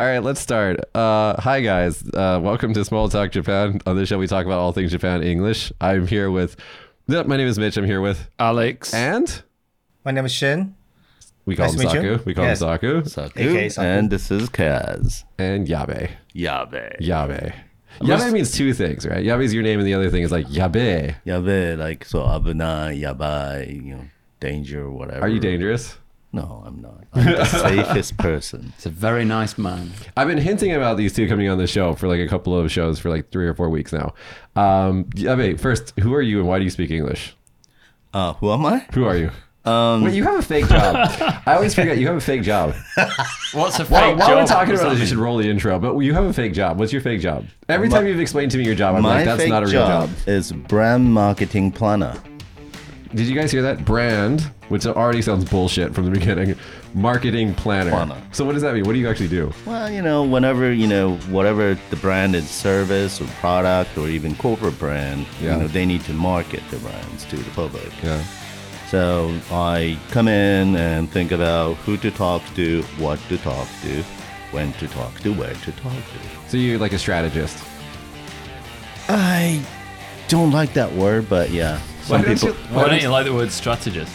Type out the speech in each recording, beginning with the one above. All right, let's start. Uh, hi, guys. Uh, welcome to Small Talk Japan. On this show, we talk about all things Japan in English. I'm here with. Yep, my name is Mitch. I'm here with. Uh, Alex. And My name is Shin. we call Nice him to meet you. Saku. We call Yes. him Saku. Saku. AKA Saku. And this is Kaz. And Yabe. Yabe. Yabe. Unless- Yabe means two things, right? Yabe is your name, and the other thing is like Yabe. Yabe, like so abunai, yabai, you know, danger, whatever. Are Mm. you dangerous? No, I'm not. I'm the safest person. It's a very nice man. I've been hinting about these two coming on the show for like a couple of shows for like three or four weeks now. Um, Yabe, first, who are you and why do you speak English? Uh, who am I? Who are you? Um, Wait, you have a fake job. I always forget you have a fake job. What's a While, while we're fake job? talking What's about that this, you mean? should roll the intro. But you have a fake job. What's your fake job? Every time you've explained to me your job, I'm my like, that's fake not a real job, job. is brand marketing planner. Did you guys hear that? Brand, which already sounds bullshit from the beginning, marketing planner. Planner. So what does that mean? What do you actually do? Well, you know, whenever you know whatever the brand is, service or product or even corporate brand, Yeah. you know, they need to market the brands to the public. Yeah. So I come in and think about who to talk to, what to talk to, when to talk to, where to talk to. So you're like a strategist. I don't like that word, but yeah. Some Why don't people. you- Why don't you like the word strategist?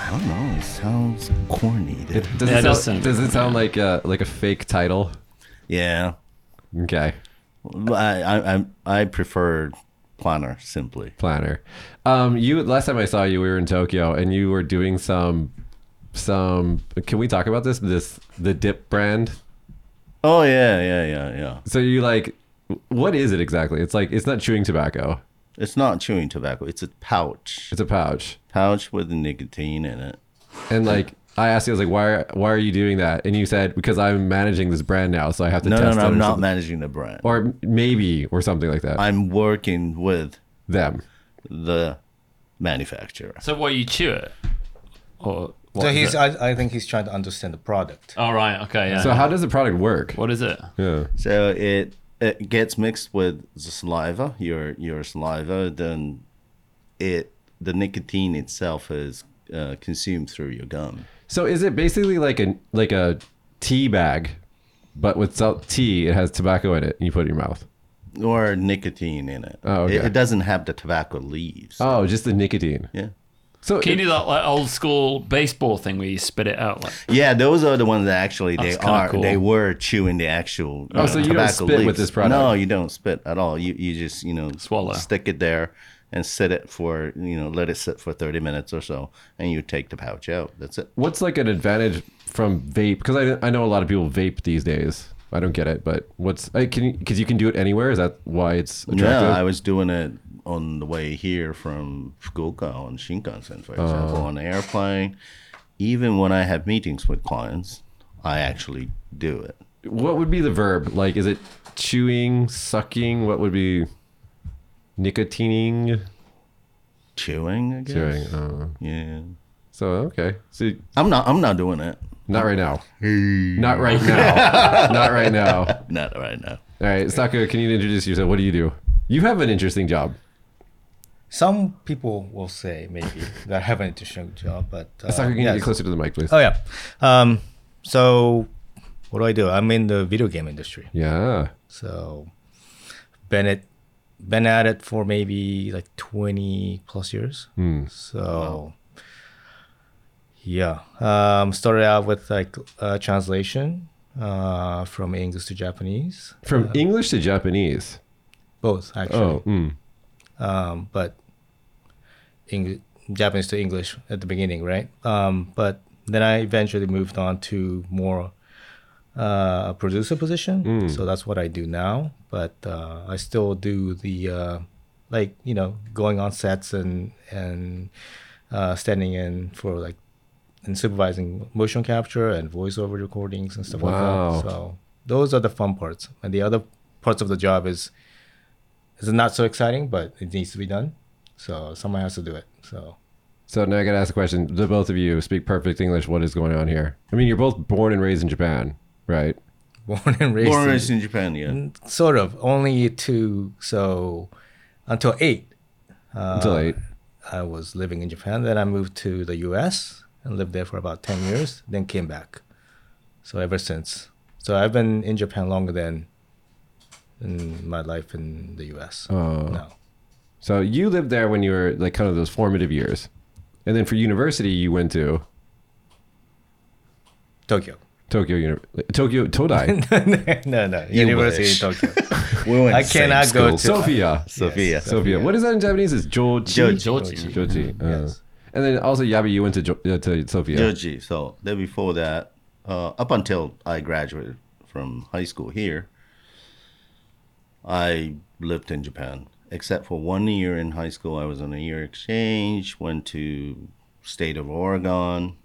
I don't know. It sounds corny. dude. Does, it Yeah, it sound, does sound- does it sound like a, like a fake title? yeah. Okay. Well, I, I, I, I prefer planner simply. planner. Um, you last time I saw you, we were in Tokyo, and you were doing some, some. Can we talk about this? This the dip brand. Oh, yeah, yeah, yeah, yeah. So you like, what is it exactly? It's like it's not chewing tobacco. It's not chewing tobacco. It's a pouch. It's a pouch, Pouch with nicotine in it. and like. I asked you, I was like, why are, why are you doing that? And you said, because I'm managing this brand now, so I have to No, no, test no. it or I'm not something." managing the brand. Or maybe, or something like that. I'm working with Them. the manufacturer. So what you chew it? Or what So is he's, it? I, I think he's trying to understand the product. oh, right. Okay. Yeah. So how does the product work? what is it? Yeah. So it it gets mixed with the saliva, your your saliva, then it the nicotine itself is uh, consumed through your gum. So is it basically like a like a tea bag, but without tea, it has tobacco in it, and you put it in your mouth? Or nicotine in it. Oh, okay. it, it doesn't have the tobacco leaves. Oh, just the nicotine. Yeah. So Can you do that like old school baseball thing where you spit it out? Like, Yeah, those are the ones that actually they That's kinda are cool. they were chewing the actual uh, Oh, so you don't tobacco spit with leaves. this product? No, you don't spit at all. You you just, you know, Swallow. stick it there and sit it for, you know, let it sit for 30 minutes or so and you take the pouch out. That's it. what's like an advantage from vape? Because I, I know a lot of people vape these days. I don't get it, but what's I can because you can do it anywhere. Is that why it's attractive? Yeah, I was doing it on the way here from Fukuoka on Shinkansen, Oh. for example, on the airplane. Even when I have meetings with clients, I actually do it. what would be the verb? Like, is it chewing, sucking? What would be nicotining? Chewing, I guess. Chewing. Uh, Yeah. so okay, so I'm not. I'm not doing it. not right now. Not right now. not right now. All Not right now. right, Saka, can you introduce yourself? What do you do? You have an interesting job. Some people will say maybe that I have an interesting job, but uh, Saka, can you yes. get closer to the mic, please? Oh yeah. Um, so what do I do? I'm in the video game industry. Yeah. So been it been at it for maybe like 20 plus years. Hmm. So yeah, um, started out with like uh, translation uh, from English to Japanese, From English to Japanese. both actually. Oh, mm. Um, but English, Japanese to English at the beginning, right? Um, but then I eventually moved on to more uh, producer position. Mm. So that's what I do now. But uh, I still do the uh, like you know going on sets and and uh, standing in for like and supervising motion capture and voiceover recordings and stuff Wow. like that. So those are the fun parts. And the other parts of the job is is not so exciting, but it needs to be done. So someone has to do it. So So now I gotta ask a question. The both of you speak perfect English. What is going on here? I mean, you're both born and raised in Japan, right? born and raised. Born and in- raised in Japan. Yeah. sort of only to so until eight Until eight. I was living in Japan. Then I moved to the U.S. and lived there for about ten years. Then came back. So ever since. So I've been in Japan longer than in my life in the U.S. now. So you lived there when you were like kind of those formative years, and then for university you went to Tokyo. Tokyo Uni- Tokyo Todai no, no, University wish. in Tokyo. We went I to same cannot go school. to- Sofia. Sophia. Sofia. What is that in Japanese? It's Joji. Joji. Georgie. Joji. uh. yes. And then also Yabi, you went to jo- uh, to Sofia. Joji. So then before that, uh, up until I graduated from high school here, I lived in Japan. Except for one year in high school, I was on a year exchange. Went to state of Oregon.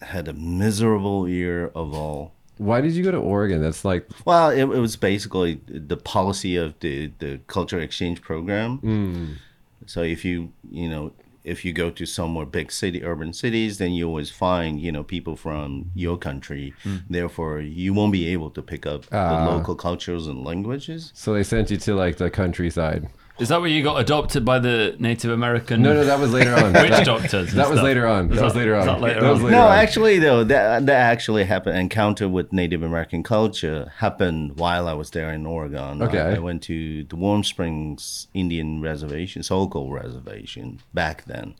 Had a miserable year of all. Why did you go to Oregon? That's like Well, it, it was basically the policy of the the culture exchange program. So if you you know if you go to somewhere big city, urban cities, then you always find you know people from your country. Therefore, you won't be able to pick up Ah. the local cultures and languages. so they sent you to like the countryside. Is that where you got adopted by the Native American? No, no, that was later on. Witch that, doctors. and that was stuff? later on. That was later is on. that later That was on? later no, on. actually though that that actually happened. Encounter with Native American culture happened while I was there in Oregon. I- Okay. I, went to the Warm Springs Indian Reservation, Soquel Reservation, back then.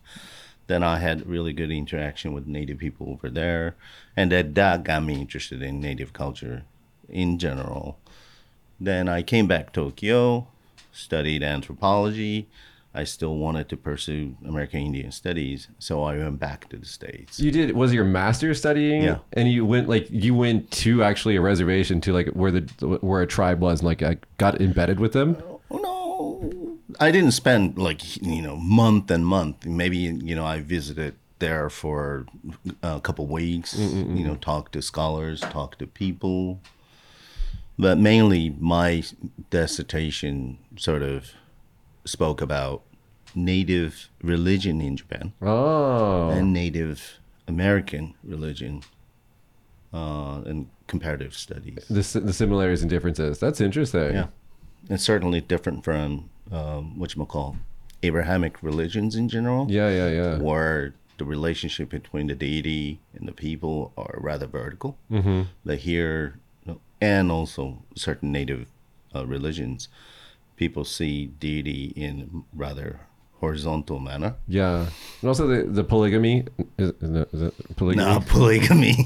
Then I had really good interaction with Native people over there, and that that got me interested in Native culture in general. Then I came back to Tokyo, studied anthropology. I still wanted to pursue American Indian studies, so I went back to the States. You did was your master studying, Yeah. and you went like you went to actually a reservation to like where the where a tribe was, and like I got embedded with them. Oh, no i didn't spend like you know month and month maybe you know i visited there for a couple weeks you know talk to scholars talk to people but mainly my dissertation sort of spoke about native religion in japan Oh, and native american religion uh, and comparative studies the si- the similarities and differences. That's interesting. yeah. It's certainly different from um, whatchamacall, Abrahamic religions in general, yeah, yeah, yeah. where the relationship between the deity and the people are rather vertical. Mm-hmm. But here, and also certain native uh, religions, people see deity in rather horizontal manner. Yeah, and also the, the polygamy is, is it- is it polygamy. Nah, polygamy.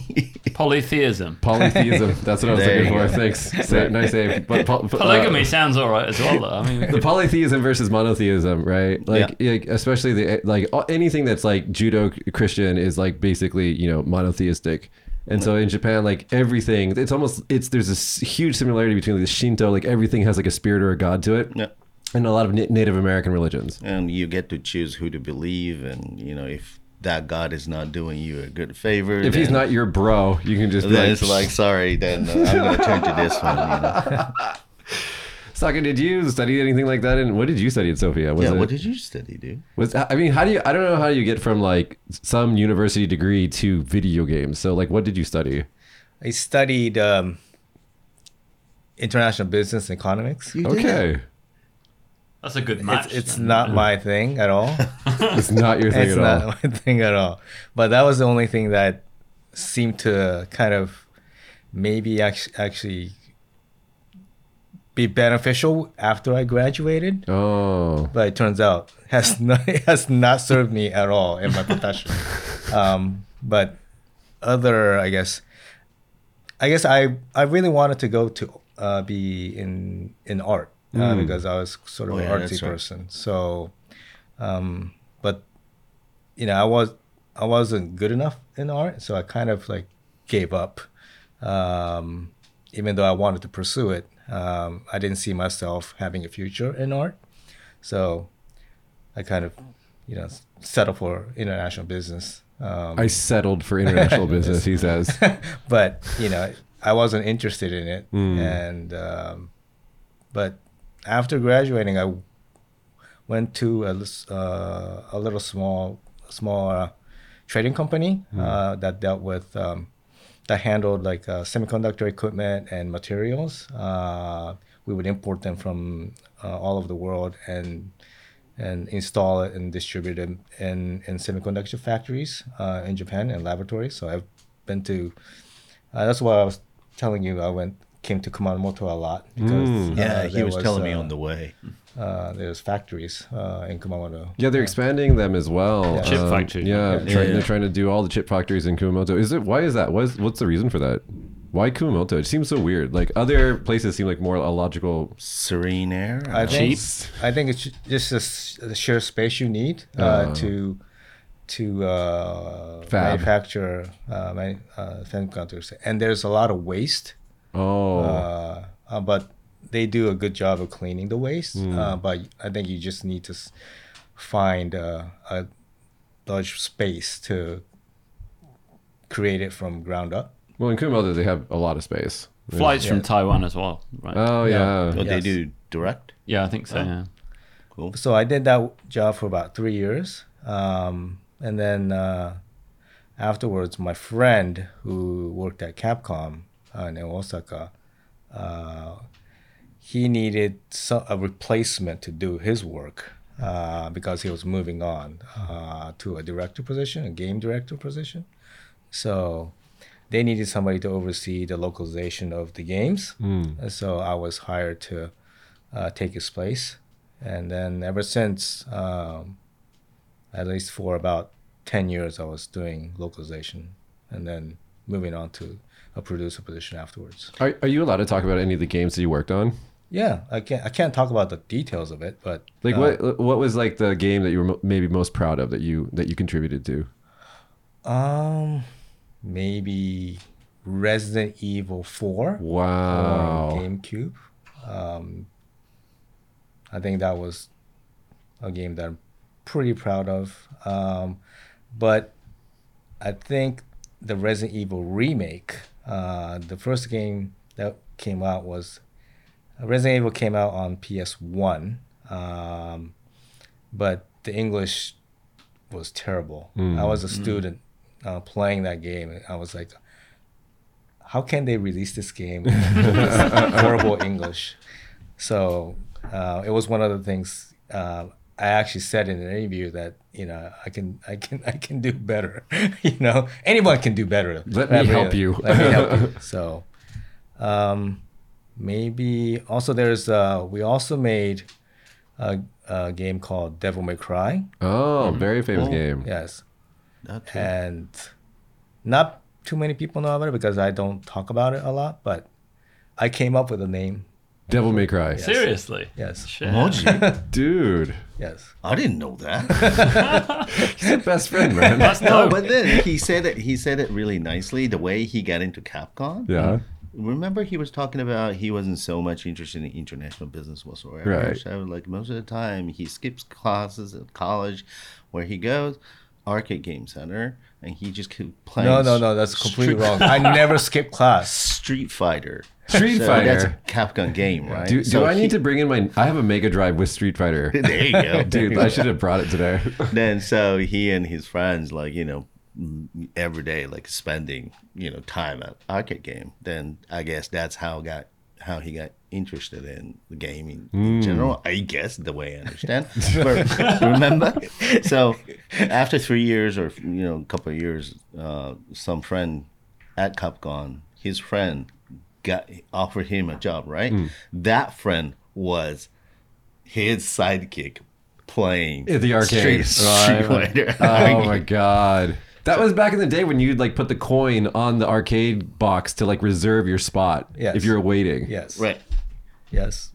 Polytheism. Polytheism. That's what I was There looking you for. go. Thanks. Say, nice save. But pol- uh, Polygamy sounds all right as well. Though. I mean, we the could- polytheism versus monotheism, right? Like, like, especially the like a- anything that's like Judo Christian is like basically you know monotheistic, and so in Japan like everything it's almost it's there's this huge similarity between the Shinto like everything has like a spirit or a god to it, Yeah. and a lot of Na- Native American religions. and you get to choose who to believe, and you know if that God is not doing you a good favor. If he's then- not your bro, you can just be then like, it's like sorry then uh, i'm gonna turn to this one you know? Saka, did you study anything like that? And what did you study at Sophia? Was yeah it, what did you study dude Was I mean, how do you? I don't know how you get from like some university degree to video games. So like, what did you study? I studied um, international business and economics. you Okay, that's a good match. It's, it's then. not my thing at all. it's not your thing it's at not all. my thing at all. But that was the only thing that seemed to kind of maybe actually, actually be beneficial after I graduated. Oh, But it turns out has not it has not served me at all in my profession. um, but other, I guess, I guess I I really wanted to go to uh, be in in art uh, because I was sort of Hmm. Oh, an yeah, artsy that's right. person. So, um, but you know, I was I wasn't good enough in art, so I kind of like gave up. Um, even though I wanted to pursue it, um, I didn't see myself having a future in art. So, I kind of, you know, s- settled for international business. Um, I settled for international business. He says. but you know i wasn't interested in it and um, but after graduating i went to a, lis- uh, a little small small uh, trading company uh, that dealt with um, that handled like uh, semiconductor equipment and materials uh, we would import them from uh, all over the world and and install it and distribute it in, in semiconductor factories uh, in Japan and laboratories. So I've been to Uh, that's why I was telling you I went came to Kumamoto a lot because uh, Yeah, he there was, telling me uh, on the way. uh, there's factories uh, in Kumamoto. Yeah, they're expanding them as well. Um, Chip factory. Yeah, Yeah. try- Yeah. they're trying to do all the chip factories in Kumamoto. Is it? Why is that? What's what's the reason for that? Why Kumamoto? It seems so weird. Like other places seem like more a logical. Serene Air. I think, Cheap. I think it's ju- just the s- the sheer space you need uh, Uh. to to uh, Fab. manufacture uh, man, uh, semiconductors, and there's a lot of waste. Oh, Uh, uh, but they do a good job of cleaning the waste. Hmm. Uh, but I think you just need to s- find uh, a large space to create it from ground up. well, in Kumamoto they have a lot of space. Flights from Yeah. Taiwan as well, right? Oh yeah. Yeah. What they Yes. do direct? yeah, I think uh, so. Yeah. Cool. so I did that job for about three years, um, and then uh, afterwards, my friend who worked at Capcom uh, in Osaka, uh, he needed so, a replacement to do his work uh, because he was moving on uh, to a director position, a game director position. So they needed somebody to oversee the localization of the games. And So I was hired to uh, take his place. And then ever since, um, at least for about 10 years, I was doing localization and then moving on to a producer position afterwards. Are, are you allowed to talk about any of the games that you worked on? Yeah, I can't, I can't talk about the details of it, but Like uh, what what was like the game that you were mo- maybe most proud of that you that you contributed to? Um, maybe Resident Evil 4 on Wow. GameCube. Um, I think that was a game that I'm pretty proud of. Um, but I think the Resident Evil remake, uh, the first game that came out was Resident Evil came out on PS1, um, but the English was terrible. Mm. I was a student uh, playing that game, and I was like, how can they release this game in this horrible English? So uh, it was one of the things uh, I actually said in an interview that you know I can I can I can do better. you know anyone can do better. Let me help you. Let me help you. So um, maybe also there's uh, we also made a, a game called Devil May Cry. Oh, Mm-hmm. very famous game. Yes, That too. and not too many people know about it because I don't talk about it a lot. But I came up with a name. Devil May Cry. Seriously. Yes, Shit. Emoji? Dude, yes. I didn't know that. best friend, man. That's no, dope. but then he said it. He said it really nicely. The way he got into Capcom. Yeah. Remember, he was talking about he wasn't so much interested in international business whatsoever. Right. So, like most of the time, he skips classes at college, where he goes arcade game center, and he just kept playing. No, no, no. That's completely Street- wrong. I never skip class. Street Fighter. Street So Fighter. That's a Capcom game, right? Do, do So I need he- to bring in my? I have a Mega Drive with Street Fighter. There you go, Dude, I should have brought it today. then so he and his friends like you know every day like spending you know time at arcade game then i guess that's how got how he got interested in the gaming in general i guess the way i understand but remember so after three years or you know a couple of years uh, some friend at capcom his friend got offered him a job right that friend was his sidekick playing At the arcade. Street, Right. Street Fighter. oh my god. That was back in the day when you'd like put the coin on the arcade box to like reserve your spot Yes. if you were waiting. Yes. right. Yes.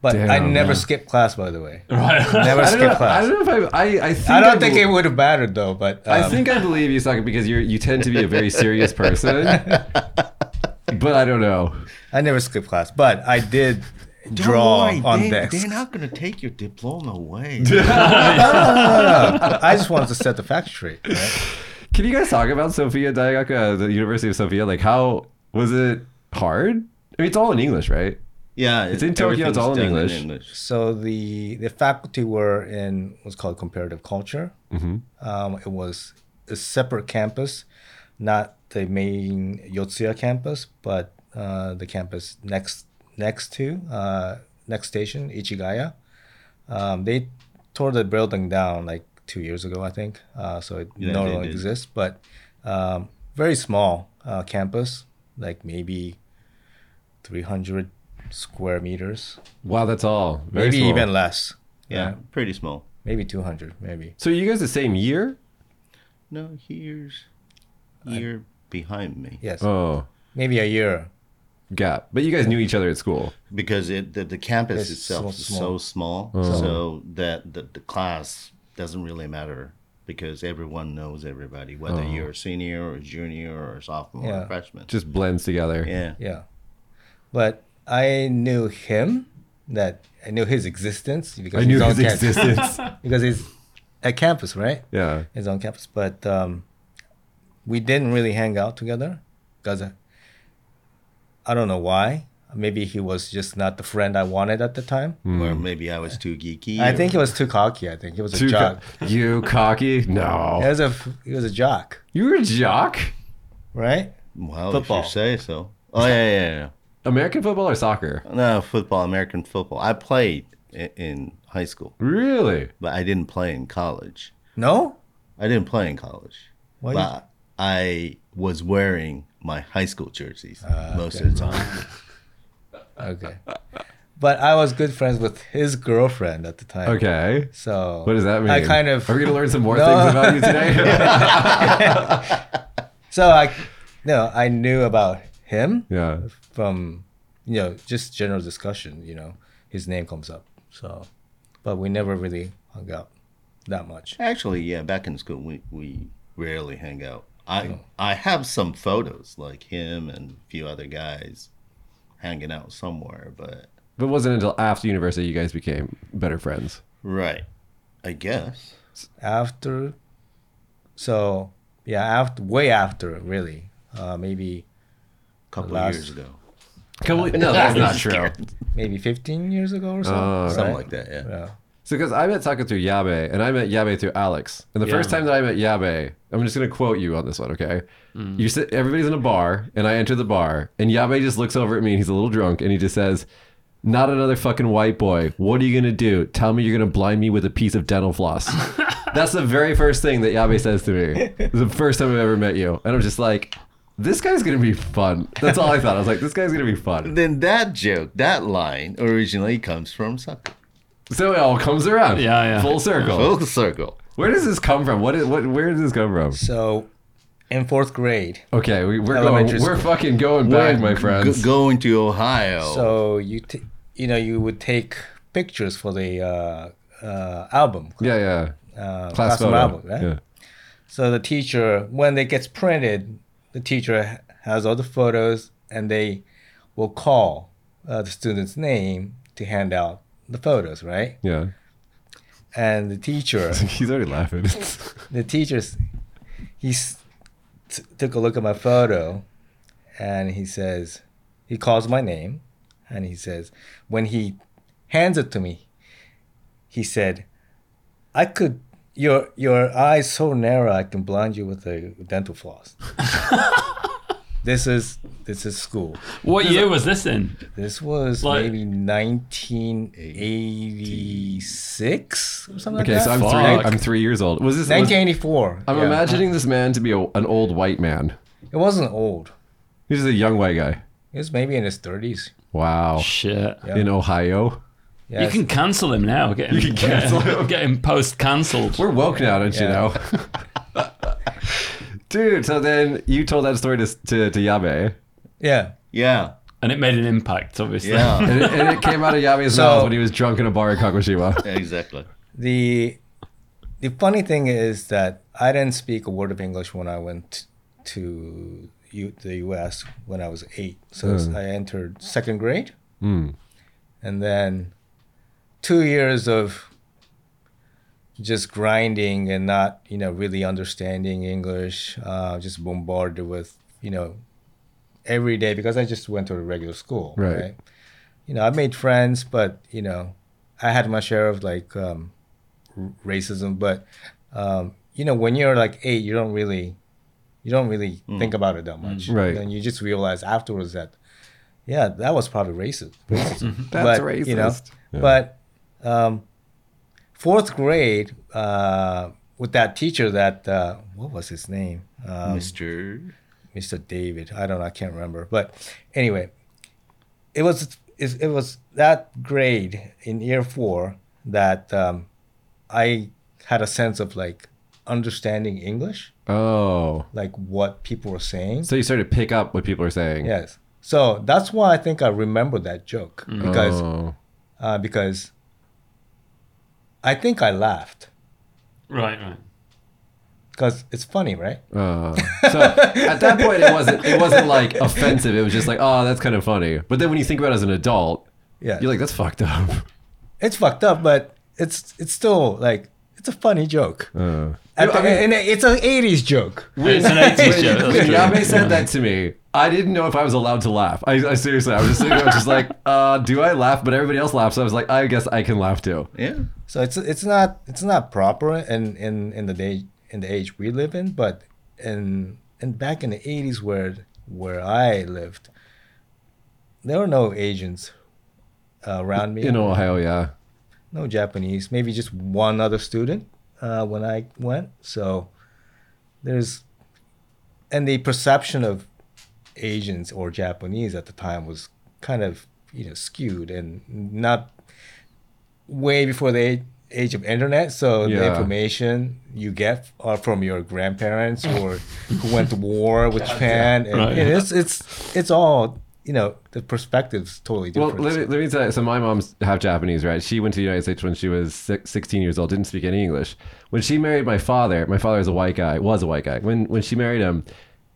But I Damn, never man. skip class, by the way. Never I don't, know, skip I class. don't know if I. I, I think I don't think bel- it would have mattered though. But um, I think I believe you, Saka, because you you tend to be a very serious person. but I don't know. I never skip class. But I did draw on they, decks. They're not gonna take your diploma away. I just wanted to set the facts straight. Right? Can you guys talk about Sofia Diagaka, the University of Sofia? Like, how was it hard? I mean, it's all in English, right? yeah, It's in Tokyo, it's everything's all in done English. So the the faculty were in what's called comparative culture. Um, it was a separate campus, not the main Yotsuya campus, but uh, the campus next next to uh, next station Ichigaya. Um, they tore the building down like two years ago, I think. Uh, so it Yeah, no they longer did. exists, but um, very small. uh, campus, like maybe 300 square meters, Wow, that's all. Very maybe small. even less. Yeah, Yeah. pretty small. maybe 200, maybe. So you guys the same year? No, here's year behind me Yes, Oh, maybe a year. gap. But you guys knew each other at school. because it the, the campus It's itself so is so small, Oh. so that the, the class doesn't really matter because everyone knows everybody, whether you're a senior or a junior or a sophomore or Yeah. a freshman. Oh. Just blends together. yeah. Yeah. But I knew him, that I knew his existence because I knew he's on his campus. existence. because he's at campus, right? yeah. He's on campus, but um, we didn't really hang out together because I, I don't know why. Maybe he was just not the friend I wanted at the time. Mm. Or maybe I was too geeky. I or- think he was too cocky. I think he was a Too co- oh. jock. you cocky? No. He was a he was a jock, You were a jock? right? well, football. if you say so. Oh yeah, yeah, American football or soccer? yeah. No, football, American football. I played in, in high school, Really? but I didn't play in college. No, I didn't play in college. Why you- But I was wearing my high school jerseys Ah, most of the time. okay. But I was good friends with his girlfriend at the time. Okay. So What does that mean? I kind of Are we gonna learn some more No. things about you today? so I no I knew about him yeah. from you know just general discussion you know his name comes up so but we never really hung out that much Actually, yeah, back in school, we, we rarely hang out. Oh. I I have some photos like him and a few other guys hanging out somewhere, but But it wasn't until after university you guys became better friends. right, I guess. after so yeah after way after really uh, maybe A couple Last- of years ago, Can we- no, that's I'm not true. scared. maybe 15 years ago or so Oh, something like that. Yeah. yeah So, because I met Taka through Yabe, and I met Yabe through Alex. And the Yeah. first time that I met Yabe, I'm just gonna quote you on this one, okay? You sit, everybody's in a bar, and I enter the bar, and Yabe just looks over at me, and he's a little drunk, and he just says, "Not another fucking white boy. What are you gonna do? Tell me you're gonna blind me with a piece of dental floss." That's the very first thing that Yabe says to me. It's the first time I've ever met you, and I'm just like, "This guy's gonna be fun." That's all I thought. I was like, "This guy's gonna be fun." Then that joke, that line, originally comes from Sucker. So it all comes around, Yeah, yeah. full circle. Full circle. Where does this come from? What? Is, what? Where does this come from? so in fourth grade Okay, we, we're Elementary going. We're fucking going back, my friends. G- going to Oh. Ohio. so you t- you know you would take pictures for the uh, uh, album yeah, yeah. uh, Class classroom photo. album right Yeah. So the teacher, when it gets printed, the teacher ha- has all the photos, and they will call uh, the student's name to hand out the photos, right? yeah, And the teacher, He's already laughing. the teacher's, he s- t- took a look at my photo, and he says, he calls my name, and he says, when he hands it to me, he said, "I could." Your your eyes so narrow I can blind you with a dental floss. this is this is school. What year was this in? This was Like- maybe 1986 or something okay, like so I'm that. three. Fuck. I'm three years old. Was this? was- 1984. I'm yeah. imagining this man to be a, an old white man. It wasn't old. He's just a young white guy. It was maybe in his 30s. Wow. Shit. In Ohio, Yeah, You can cancel him now. Get him, You can cancel get, him. Get him post cancelled. we're woke now, don't you Yeah. know? Dude, so then you told that story to to, to Yabe, yeah. yeah. And it made an impact, obviously. Yeah. and it, and it came out of Yabe's So- mouth when he was drunk in a bar in Kagoshima. exactly. The the funny thing is that I didn't speak a word of English when I went to U- the U.S. when I was eight. So Hmm. I entered second grade, Hmm. and then two years of just grinding and not you know really understanding English, uh, just bombarded with you know every day because I just went to a regular school, Right. You know, I made friends, but you know, I had my share of like. Um, racism but um, you know when you're like eight you don't really you don't really think about it that much Mm. Right. and you just realize afterwards that yeah that was probably racist racism. That's But, racist. you know, Yeah. but um, fourth grade uh, with that teacher that uh, what was his name um, Mr. Mr. David. I don't know. I can't remember. But anyway, it was it, it was that grade in year four that um, I had a sense of like understanding English, Oh, like what people were saying. so you started to pick up what people are saying. Yes. So that's why I think I remember that joke because Oh. uh, because I think I laughed Right, right. because it's funny, right? Uh, so at that point, it wasn't it wasn't like offensive. It was just like, oh, that's kind of funny. But then when you think about it as an adult, Yeah. you're like, that's fucked up. it's fucked up, but it's it's still like it's a funny joke. Uh, At the- and it's an '80s joke. It's an 80s show. when Yabe said that to me, I didn't know if I was allowed to laugh. I, I seriously, I was just, sitting there, I was just like, uh, do I laugh? But everybody else laughs. So I was like, I guess I can laugh too. Yeah. So it's it's not it's not proper in in in the day in the age we live in, but in and back in the '80s where where I lived, there were no Asians uh, around me. In Ohio, yeah. no Japanese, maybe just one other student uh, when I went. So there's, and the perception of Asians or Japanese at the time was kind of you know skewed and not way before the age, age of internet. So the Yeah. information you get are from your grandparents or who went to war with Japan, and, Right. and it's it's it's all you know the perspectives totally Well, different. let So- me, let me tell you. So my mom's half Japanese, right? She went to the United States when she was six, 16 years old, didn't speak any English. When she married my father, my father is a white guy, was a white guy. When when she married him,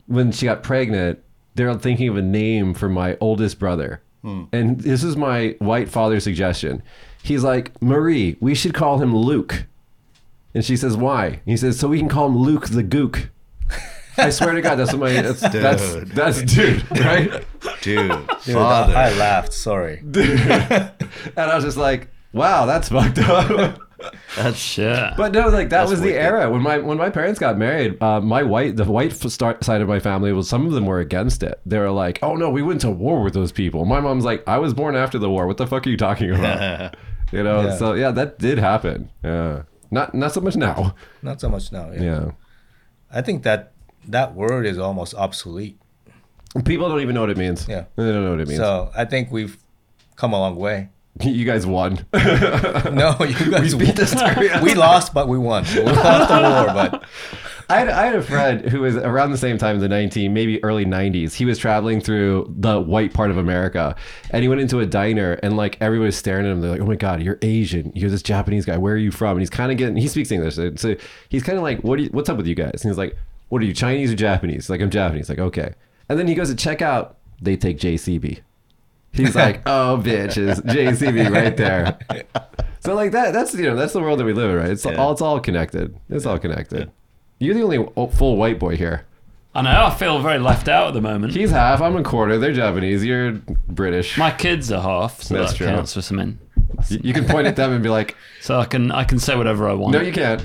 when she got pregnant, they're thinking of a name for my oldest brother. And this is my white father's suggestion. He's like, Marie, we should call him Luke. And she says, why? He says, so we can call him Luke the Gook. I swear to God, that's what my, that's, that's, Dude. that's dude, right? Dude, Dude, uh, father. I laughed. Sorry. And I was just like, wow, that's fucked up. Shit. But no, like that was the wicked. era when my when my parents got married. Uh, my white the white f- start side of my family was some of them were against it. They were like, "Oh no, we went to war with those people." My mom's like, "I was born after the war. What the fuck are you talking about?" you know. Yeah. So yeah, that did happen. Yeah, not not so much now. Not so much now. Yeah. Yeah, I think that that word is almost obsolete. people don't even know what it means. Yeah. they don't know what it means. So I think we've come a long way. you guys won. No, you guys beat the Syrians. we lost, but we won. We lost the war, but I had, I had a friend who was around the same time, the 19, maybe early 90s. He was traveling through the white part of America and he went into a diner and like everybody was staring at him. They're like, oh my God, you're Asian. You're this Japanese guy. Where are you from? And he's kind of getting, he speaks English. So so he's kind of like, what do you, what's up with you guys? And he's like, what are you, Chinese or Japanese? Like, I'm Japanese. Like, okay. And then he goes to check out. They take JCB. He's like, oh, bitches, JCB right there. So like that, that's you know, that's the world that we live in, right? It's all it's all connected. It's all connected. You're the only o- full white boy here. I know. I feel very left out at the moment. He's half. I'm a quarter. They're Japanese. You're British. My kids are half, so That's that true. counts for something. you, you can point at them and be like, So I can I can say whatever I want. no, you can't.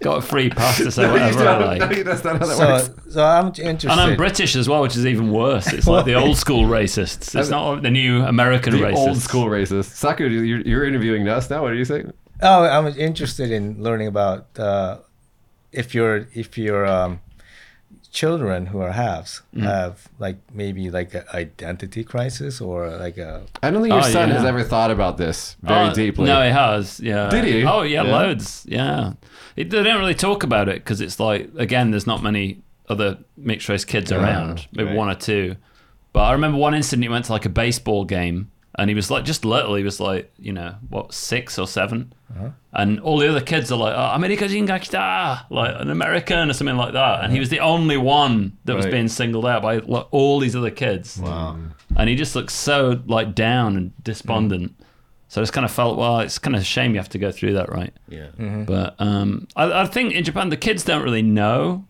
Got a free pass to say No, you whatever I don't. like. No, you- that's not how that works. so so I'm interested. And I'm British as well, which is even worse. It's like the old school racists. It's not the new American The racists. old school racist. Saku, you're, you're interviewing us now. What are you saying? Oh, I'm interested in learning about uh, if your if your um, children who are halves Mm-hmm. have like maybe like an identity crisis or like a I don't think your Oh, son yeah. has ever thought about this very Oh, deeply. No, he has. Yeah. Did he? Oh, yeah, Yeah. loads. Yeah. It, they don't really talk about it because it's like again, there's not many other mixed race kids around. Maybe right. one or two. But I remember one incident. He went to like a baseball game, and he was like just little. He was like, you know, what six or 7 Uh-huh. And all the other kids are like, oh, America Jingakita, like an American or something like that. And he was the only one that was Right. being singled out by like, all these other kids. Wow. And he just looked so like down and despondent. Mm. So I just kind of felt, well, it's kind of a shame you have to go through that, right? Yeah. Mm-hmm. But um, I, I think in Japan, the kids don't really know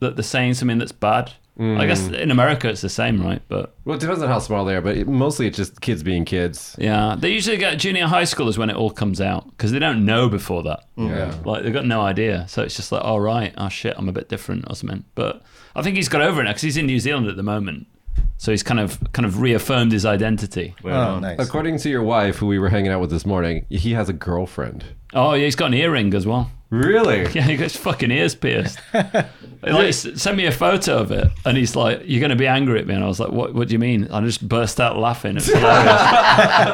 that they're saying something that's bad. I guess in America, it's the same, right? But Well, it depends on how small they are, but it, mostly it's just kids being kids. yeah, they usually get junior high school is when it all comes out because they don't know before that. Yeah. Like they've got no idea, so it's just like, all right, oh shit, I'm a bit different or something. But I think he's got over it now because he's in New Zealand at the moment, so he's kind of kind of reaffirmed his identity. Well oh done. nice According to your wife, who we were hanging out with this morning, he has a girlfriend. Oh yeah, he's got an earring as well. Really? Yeah, he got his fucking ears pierced. He, like, s- sent me a photo of it, and he's like, "You're gonna be angry at me," and I was like, "What? What do you mean?" And I just burst out laughing. It was hilarious.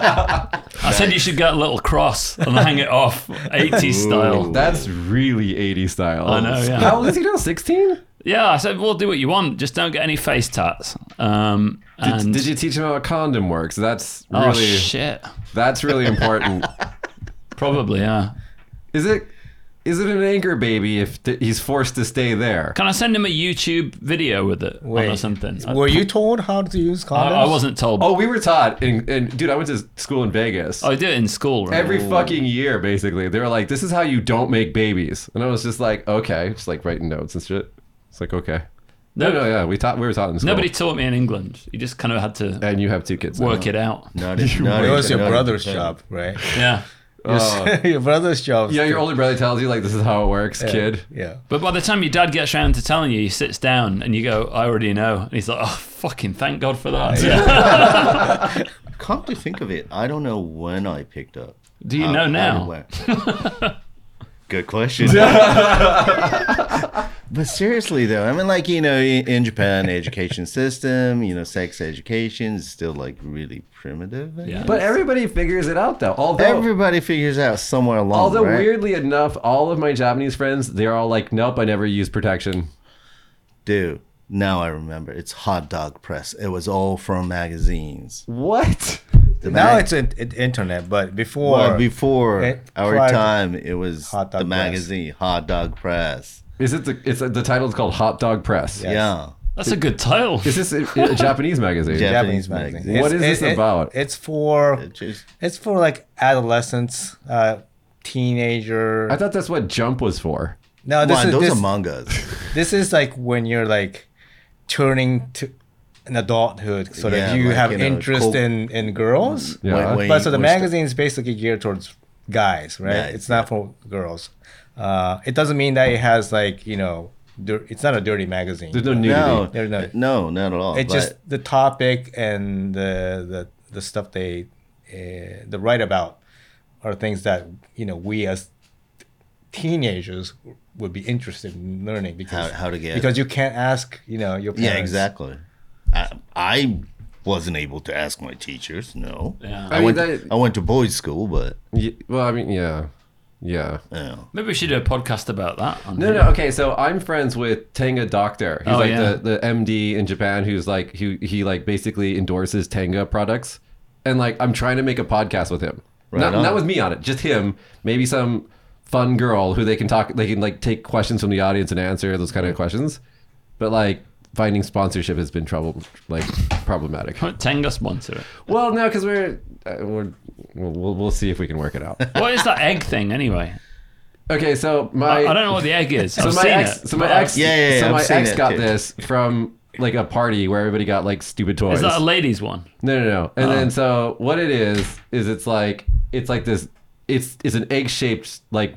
I said you should get a little cross and hang it off, 80s style. That's really 80 style. I know, yeah. How old is he now? 16? yeah, I said, "We'll do what you want, just don't get any face tats." Um, and Did you teach him how a condom works? That's oh really shit, that's really important. probably yeah. is it is it an anchor baby if th- he's forced to stay there? Can I send him a YouTube video with it on or something? I, Were you told how to use I, condoms? I wasn't told. Oh, Oh, we were taught, and, and dude, I went to school in Vegas. I do it in school, right? Every fucking year, basically, they were like, "This is how you don't make babies," and I was just like, "Okay," just like writing notes and shit. It's like, okay, no, no, yeah, we taught, we were taught in school. Nobody taught me in England. You just kind of had to and you have two kids. now. work it out. Not if, not It if- was your not if- brother's not if- job, right? Yeah. your brother's job. Oh. Yeah, your older brother tells you like, "This is how it works, kid." Yeah. But by the time your dad gets round to telling you, he sits down and you go, I already know. And he's like, oh, fucking thank God for that. Come to think of it, I don't know when I picked up. Do you know now? Oh, Good question. but seriously, though, I mean, like you know, in, in Japan, education system, you know, sex education is still like really primitive. I Yeah. guess. But everybody figures it out though. Although, everybody figures out somewhere along. although Oh, right? weirdly enough, all of my Japanese friends, they're all like, "Nope, I never use protection." dude. Now I remember. It's hot dog press. It was all from magazines. What? The Now mag- it's in, in- internet, but before, well, before Eh, our prior- time, it was Hot dog the press. magazine hot dog press. Is it the? It's the title's called Hot Dog Press. Yeah. Yes. Yeah, That's a good title. Is this a, a Japanese magazine? Yeah. Japanese Japanese magazine. magazine. What It's- is this it- it- about? It's for It just- it's for like adolescents, uh, teenager. I thought that's what Jump was for. no, Come Uh, this on, is those this, are mangas. this is like when you're like turning to an adulthood, so Yeah, that you like, have you know, Mm-hmm. interest cold- in in girls. Yeah. When- when But you- so the when you st- magazine is basically geared towards guys, right? Yeah, it's not for girls. Uh, it doesn't mean that it has like you know, dir- it's not a dirty magazine. There's no nudity. No, There's no- no, not at all. it's but- just the topic and the the, the stuff they uh, the write about are things that you know we as teenagers would be interested in learning because How- how to get- because you can't ask you know your parents yeah, exactly. I, I wasn't able to ask my teachers. No, Yeah. I I, mean, went. that- I went to boys' school, but Ye- well, I mean, yeah, yeah. you know, Maybe we should do a podcast about that. on No, here. no. Okay, so I'm friends with Tenga Doctor. He's Oh, like yeah. the, the MD in Japan who's like who he like basically endorses Tenga products, and like I'm trying to make a podcast with him. Right not, on. not with me on it, just him. Maybe some fun girl who they can talk. They can like take questions from the audience and answer those kind of questions. But like finding sponsorship has been trouble, like problematic. Won't Tenga sponsor it. Well, no, because we're, uh, we're we'll, we'll we'll see if we can work it out. What is that egg thing anyway? Okay, so I, my I don't know what the egg is. so I've my seen ex it. so my but I've- ex Yeah, yeah, yeah, so I've my seen ex it got too. this from like a party where everybody got like stupid toys. Is that a Oh. ladies one? No, no, no. And then so what it is is it's like it's like this. It's it's an egg shaped like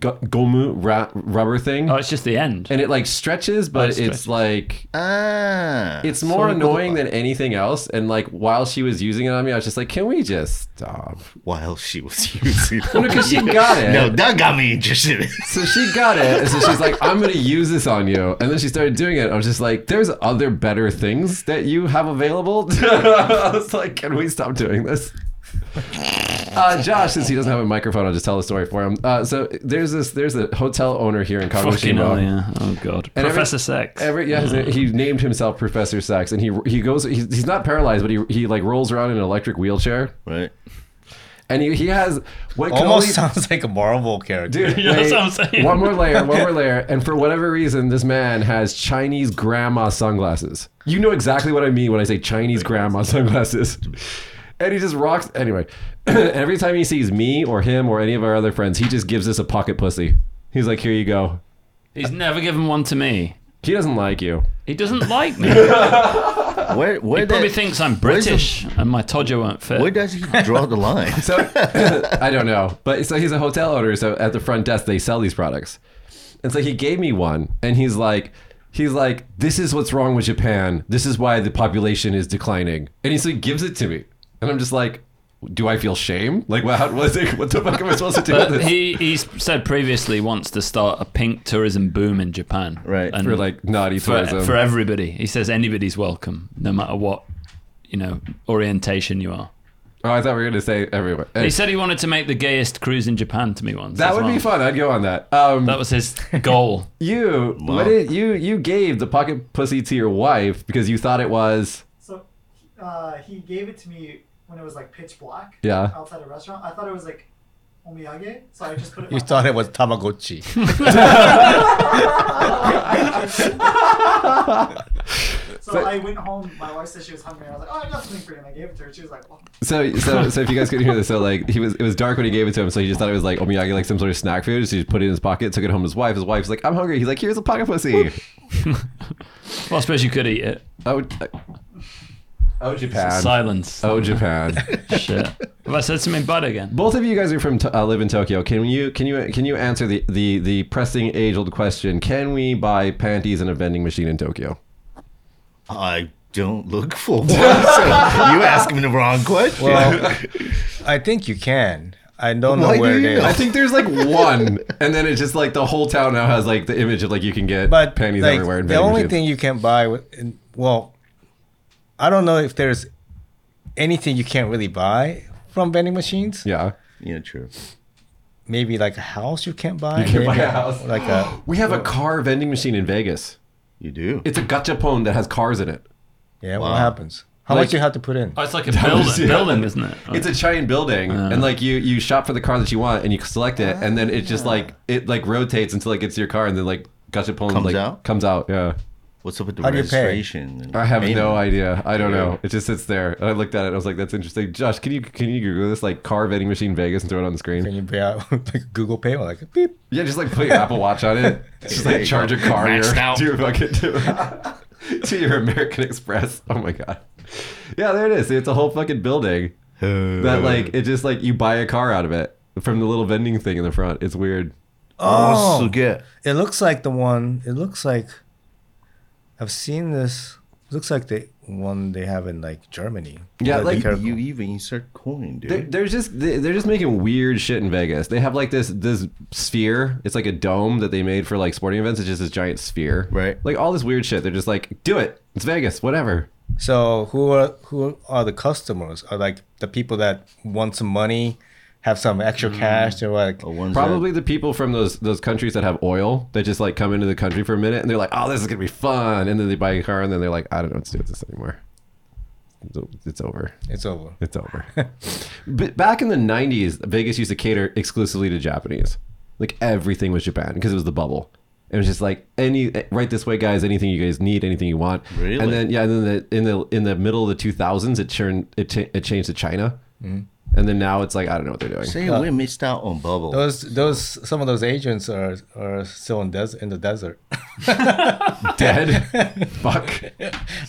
go- gomu ra- rubber thing, Oh, it's just the end. and it like stretches, but it it's stretches. like ah, it's more so annoying cool. than anything else. And like while she was using it on me, I was just like, can we just stop? while she was using. Because she got it. no, that got me interested. So she got it, and so she's like, "I'm gonna use this on you." And then she started doing it. I was just like, "There's other better things that you have available." I was like, "Can we stop doing this?" Uh, Josh, since he doesn't have a microphone, I'll just tell the story for him. Uh, so there's this, there's a hotel owner here in Fucking hell, Kagoshima. yeah. Oh, God. every- Professor Sex. Every yeah, his name- he named himself Professor Sex, and he he goes, he's, he's not paralyzed, but he he like rolls around in an electric wheelchair, right. and he, he has what can almost only- sounds like a Marvel character. Dude, Yeah, that's wait, what I'm saying. One more layer, one more layer. And for whatever reason, this man has Chinese grandma sunglasses. You know exactly what I mean when I say Chinese grandma sunglasses. And he just rocks. Anyway, every time he sees me or him or any of our other friends, he just gives us a pocket pussy. He's like, here you go. He's never given one to me. He doesn't like you. He doesn't like me. Where where He probably that- thinks I'm where's the- British and my Todger won't fit. Where does he draw the line? So I don't know, but so he's a hotel owner. So at the front desk, they sell these products, and so he gave me one, and he's like, he's like, this is what's wrong with Japan. This is why the population is declining, and he so he gives it to me, and I'm just like, do I feel shame? Like, well, how, what, is it, what the fuck am I supposed to do with But this? he he's said previously wants to start a pink tourism boom in Japan. Right. And For like naughty for, tourism. for everybody. He says anybody's welcome, no matter what you know orientation you are. oh, I thought we were gonna say everyone. He said he wanted to make the gayest cruise in Japan to me once. that as would well. be fun. I'd go on that. Um, That was his goal. you, Wow. what did, you, you gave the pocket pussy to your wife because you thought it was. So uh, he gave it to me when it was like pitch black Yeah. outside a restaurant. I thought it was like omiyage, so I just put it. in You my thought it pocket. was Tamagotchi. So But- I went home. My wife said she was hungry. and I was like, "Oh, I got something for you." And I gave it to her. She was like, oh. So, so, so if you guys couldn't hear this, so like he was, it was dark when he gave it to him. So he just thought it was like omiyage, like some sort of snack food. So he just put it in his pocket, took it home to his wife. His wife's like, "I'm hungry." He's like, "Here's a pocket pussy." Well, I suppose you could eat it. oh, oh, Japan. Silence. Oh, Japan. shit. Have I said something bad again? Both of you guys are from to- uh, live in Tokyo. Can you can you can you answer the the the pressing age old question? Can we buy panties in a vending machine in Tokyo? I don't look for one. so you ask me the wrong question. Well, I think you can. I don't know Why do where it you is. know? I think there's like one, and then it's just like the whole town now has like the image of like you can get but panties like, everywhere. In the vending only machines. thing you can buy with in- well i don't know if there's anything you can't really buy from vending machines yeah, yeah, true. maybe like a house you can't buy You can't buy maybe a house. like a we have a car vending machine in Vegas. You do. It's a gachapon that has cars in it. yeah Wow. what happens how Like- much you have to put in Oh, it's like a building, was- yeah. building, isn't it? Oh. It's a giant building, Uh-huh. and like you you shop for the car that you want, and you select it, and then it just Ah. like it like rotates until it gets to your car, and then like gachapon Comes like out? comes out. Yeah. What's up with the How do you pay? registration? and I have payment? no idea. I don't know. It just sits there. And I looked at it. and I was like, "That's interesting." Josh, can you can you Google this like car vending machine Vegas and throw it on the can screen? you pay out like Google Pay or like a beep? Yeah, just like put your Apple Watch on it. Just There like you charge your car to Maxed your, out. to your fucking to, to your American Express. Oh my god. Yeah, there it is. It's a whole fucking building that like it just like you buy a car out of it from the little vending thing in the front. It's weird. Oh, suge. It looks like the one. It looks like I've seen this. looks like the one they have in like Germany. Yeah, Gotta be like- careful. You even insert coin, dude. They're, they're just they- they're just making weird shit in Vegas. They have like this this sphere. It's like a dome that they made for like sporting events. It's just this giant sphere, Right. Like all this weird shit. They're just like, do it. It's Vegas, whatever. So who are who are the customers? Are like the people that want some money, have some extra Mm. cash? They're like, Or ones that- Probably the people from those those countries that have oil that just like come into the country for a minute and they're like, oh, this is gonna be fun, and then they buy a car and then they're like, I don't know what to do with this anymore. It's- It's over. it's over. It's over. but back in the 90s, Vegas used to cater exclusively to Japanese. Like everything was Japan because it was the bubble. It was just like any eh, right this way, guys. Anything you guys need, anything you want. Really? And then yeah, and then the, in the in the middle of the 2000s, it turned it, t- it changed to China, Mm-hmm. and then now it's like I don't know what they're doing. Say we missed out on bubble. Those those some of those agents are are still in des- in the desert. Dead. Fuck.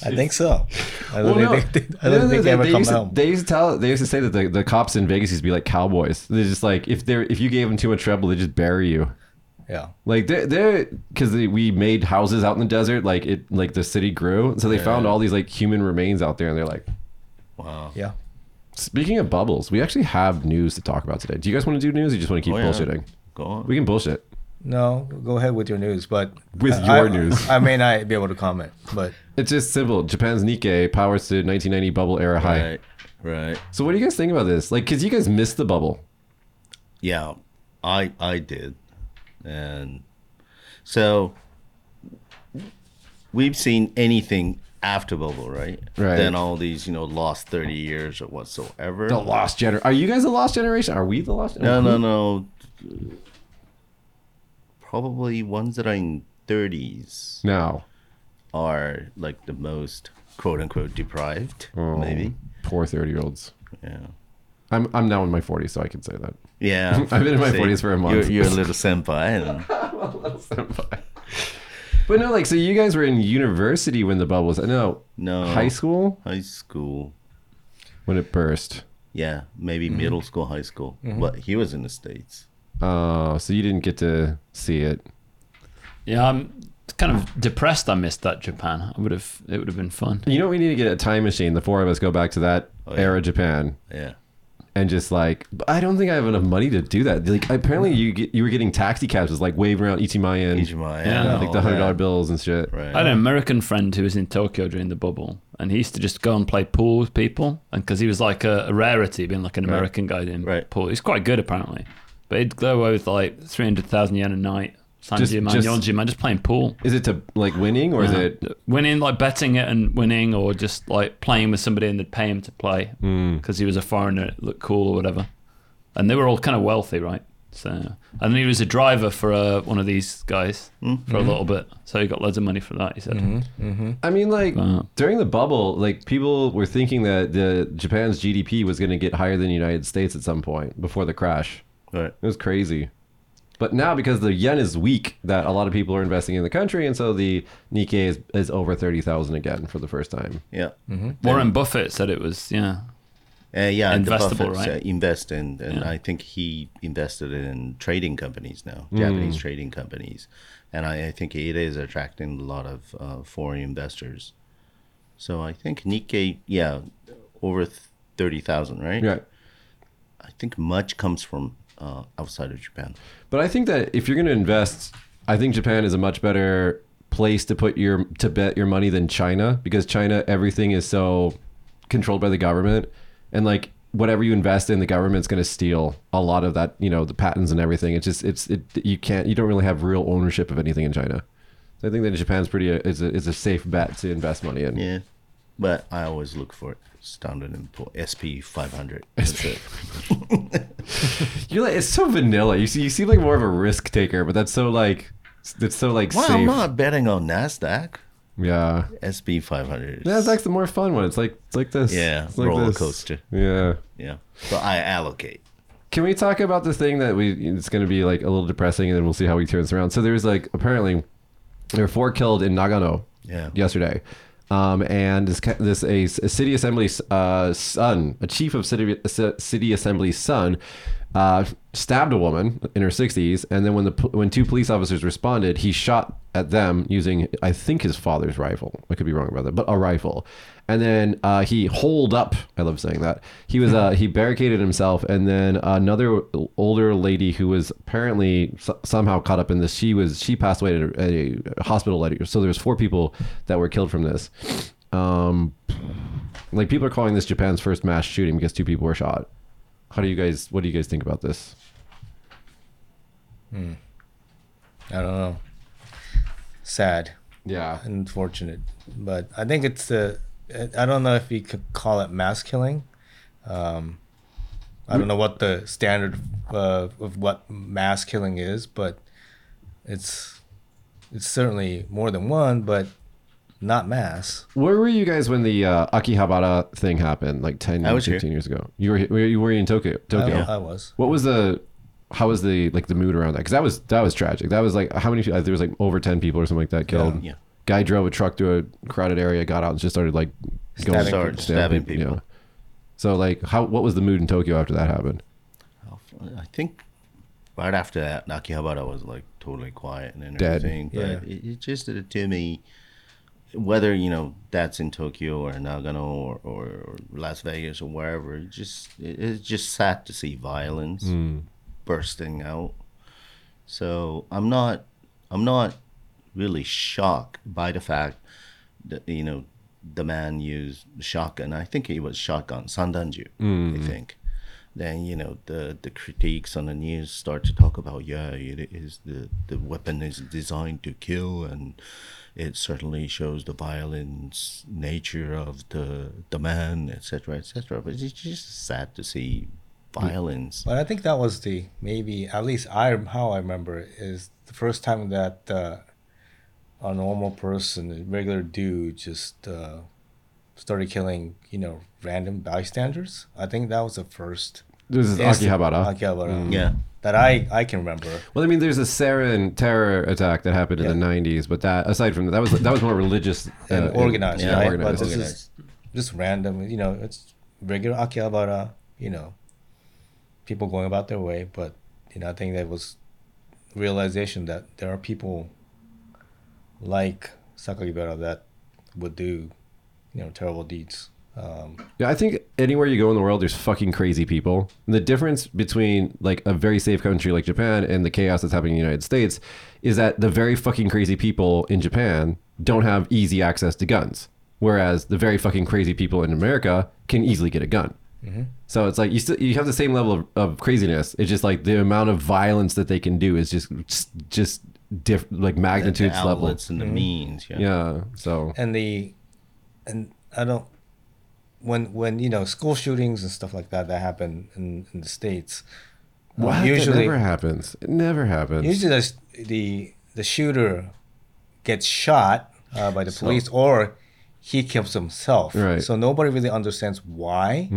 I think so. I don't Well, think they, no. I don't No, no, think they, ever come used to, home. they used to tell they used to say that the, the cops in Vegas used to be like cowboys. They're just like if they're if you gave them too much trouble, they just bury you. yeah. Like they're they're because they, we made houses out in the desert. Like it like the city grew, so they found all these like human remains out there, and they're like. wow. Yeah. Speaking of bubbles, we actually have news to talk about today. Do you guys want to do news? Or you just want to keep Oh, yeah. bullshitting? Go on. We can bullshit. No, go ahead with your news, but With I- your I- news. I may not be able to comment, but It's just simple. Japan's Nikkei powers to 1990 bubble era high. right. Right. So what do you guys think about this? Like, cause you guys missed the bubble. Yeah, I I did, and so we've seen anything after bubble, right? Right. Then all these, you know, lost thirty years or whatsoever. The lost gener. Are you guys the lost generation? Are we the lost? No, no, no. Mm-hmm. Probably ones that are in thirties No. are like the most quote unquote deprived, maybe. Oh, Poor 30 year olds. Yeah. I'm I'm now in my 40s, so I can say that. Yeah, I've been in my See, 40s for a month. You're, you're a little senpai, and But no, like, so you guys were in university when the bubble was. No, No. high school high school. when it burst. Yeah, maybe Mm-hmm. middle school, high school. But he was in the states. Oh, so you didn't get to see it. Yeah, I'm kind of depressed. I missed that Japan. I would have. It would have been fun. You know, we need to get a time machine. The four of us go back to that Oh, yeah. era Japan Yeah. and just like "But I don't think I have enough money to do that. Like apparently you get, you were getting taxi cabs, just like waving around Ichimayan, Ichimayan, yeah, and like all the hundred dollar that. bills and shit. Oh, Right. I had an American friend who was in Tokyo during the bubble, and he used to just go and play pool with people, and because he was like a, a rarity, being like an American guy doing Right. pool, he's quite good apparently. But he'd go away with like three hundred thousand yen a night, Just- Sanji man, just- Yonji man, just playing pool. Is it to like winning or is Yeah. it winning like betting it and winning, or just like playing with somebody and they'd pay him to play Hmm. because he was a foreigner, it looked cool or whatever. And they were all kind of wealthy, right? So, and then he was a driver for uh, one of these guys for a little bit, so he got loads of money for that. He said, I mean, like Wow. during the bubble, like people were thinking that the Japan's GDP was going to get higher than the United States at some point before the crash. Right. It was crazy. But now because the yen is weak, that a lot of people are investing in the country, and so the Nikkei is, is over thirty thousand again for the first time. Yeah. Warren Buffett said it was, yeah, Uh, yeah, and the Investable, Buffett's, right? uh, invest in, and I think he invested in trading companies now, Japanese trading companies, and I, I think it is attracting a lot of uh, foreign investors. So I think Nikkei, yeah, over th- thirty thousand, right? Yeah. I think much comes from uh, outside of Japan. But I think that if you're going to invest, I think Japan is a much better place to put your to bet your money than China because China everything is so controlled by the government and like whatever you invest in the government's going to steal a lot of that, you know, the patents and everything. It's just it's it you can't you don't really have real ownership of anything in China. So I think that Japan's pretty uh, is a is a safe bet to invest money in. Yeah, but I always look for Standard and Poor SP five hundred. You're like it's so vanilla. You see you seem like more of a risk taker, but that's so like it's so like Well, safe. I'm not betting on Nasdaq. Yeah. SP five hundred. Yeah, it's like the more fun one. It's like it's like this. Yeah, It's like roller this. coaster. Yeah. yeah. So I allocate. Can we talk about the thing that we? It's going to be like a little depressing, and then we'll see how we turn this around. So there's like apparently there were four killed in Nagano. Yeah. Yesterday, um, and this ca- this a, a city assembly uh, son, a chief of city city assembly's son, uh, stabbed a woman in her 60s, and then when the pol- when two police officers responded, he shot at them using I think his father's rifle. I could be wrong about that, but a rifle. And then uh, he holed up. I love saying that. He was uh, he barricaded himself, and then another older lady who was apparently s- somehow caught up in this. She was she passed away at a, a hospital later. So there's four people that were killed from this. Um, like people are calling this Japan's first mass shooting because two people were shot. How do you guys? What do you guys think about this? I don't know. Sad, Yeah, unfortunate, but I think it's the. I don't know if you could call it mass killing. Um, I don't know what the standard uh, of what mass killing is, but it's it's certainly more than one, but not mass. where were you guys when the uh, Akihabara thing happened? Like 10, I was 15 years ago. You were were you were in Tokyo? I, Tokyo. I was. What was the how was the like the mood around that? Because that was that was tragic. That was like how many? uh, There was like over ten people or something like that killed. yeah. Guy drove a truck through a crowded area, got out and just started like going Stabbing people. Stabbing people. So like, how what was the mood in Tokyo after that happened? I think right after that, Akihabara was like totally quiet and Dead. everything. Yeah. But it, it just to me, whether you know that's in Tokyo or Nagano or, or, or Las Vegas or wherever, it just it, it's just sad to see violence bursting out. So I'm not I'm not really shocked by the fact that you know the man used shotgun. I think it was shotgun sandanju. Mm-hmm. I think. Then you know the the critiques on the news start to talk about yeah it is the the weapon is designed to kill and it certainly shows the violence nature of the the man etc etc but it's just sad to see violence But I think that was the maybe at least I how I remember it, is the first time that uh, a normal person, a regular dude, just uh, started killing you know random bystanders. I think that was the first. This is instance- Akihabara. Akihabara. Mm. yeah That I I can remember. Well, I mean, there's a sarin terror attack that happened in the '90s, but that aside from that, that was that was more religious uh, and Uh, organized, yeah, right? organized. But this is just random, you know, it's regular Akihabara, you know, people going about their way. But, you know, I think that was realization that there are people like Sakagibara that would do, you know, terrible deeds. Um, Yeah, I think anywhere you go in the world, there's fucking crazy people. And the difference between like a very safe country like Japan and the chaos that's happening in the United States is that the very fucking crazy people in Japan don't have easy access to guns, whereas the very fucking crazy people in America can easily get a gun. So it's like you still you have the same level of, of craziness. It's just like the amount of violence that they can do is just just diff like The, the magnitudes level. Mm-hmm. outlets and the means. Yeah. Yeah. So and the and I don't when when you know school shootings and stuff like that that happen in, in the states. uh, what? Usually, usually never happens. It never happens. usually the the the shooter gets shot uh, by the police or he kills himself. Right. Hmm. So nobody really understands why.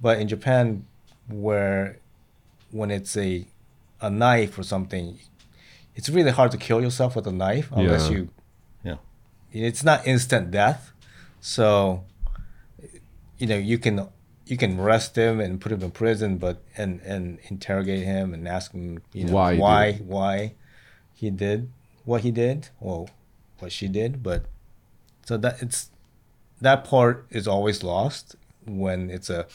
But in Japan, where when it's a a knife or something, it's really hard to kill yourself with a knife unless Yeah. you yeah. it's not instant death so you know you can you can arrest him and put him in prison but and and interrogate him and ask him you know Why why he why, he did what he did or what she did but so that it's that part is always lost when it's a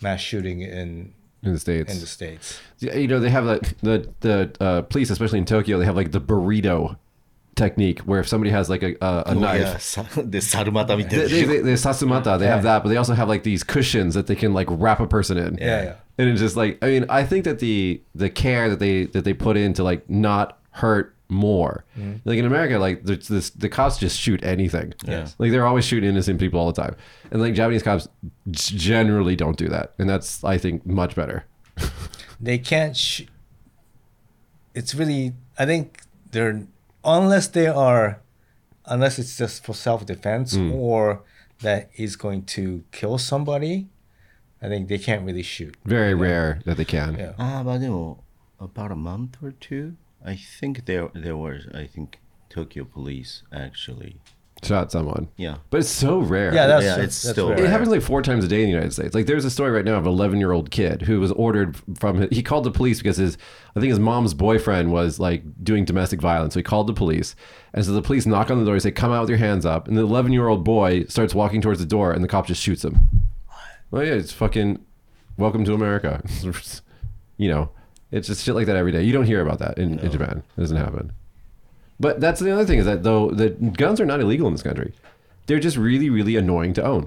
mass shooting in in the states, in the states Yeah, you know they have like the the uh, police especially in tokyo they have like the burrito technique where if somebody has like a a, a Oh, knife yeah. Sa- the sarumata They, they, mitai they, they sasumata. They have that, but they also have like these cushions that they can like wrap a person in. Yeah, yeah. And it's just like I mean, I think that the the care that they that they put in to like not hurt more. Like in America, like there's this the cops just shoot anything. Yeah. Like they're always shooting innocent people all the time, and like Japanese cops g- generally don't do that, and that's I think much better. they can't sh- it's really i think they're unless they are unless it's just for self-defense Hmm. or that is going to kill somebody i think they can't really shoot Very rare that they can. Yeah. Ah, but you know, about a month or two, I think there there was I think Tokyo police actually. Shot someone. Yeah. But it's so rare. yeah that's, Yeah, that's, it's still- rare. It happens like four times a day in the United States. Like there's a story right now of an 11 year old kid who was ordered from he called the police because his I think his mom's boyfriend was like doing domestic violence. So he called the police, and so the police knock on the door. They say, "Come out with your hands up," and the 11 year old boy starts walking towards the door, and the cop just shoots him. Well, yeah, it's fucking welcome to America. you know, it's just shit like that every day. You don't hear about that in, in Japan. It doesn't happen. But that's the other thing is that though the guns are not illegal in this country, they're just really, really annoying to own.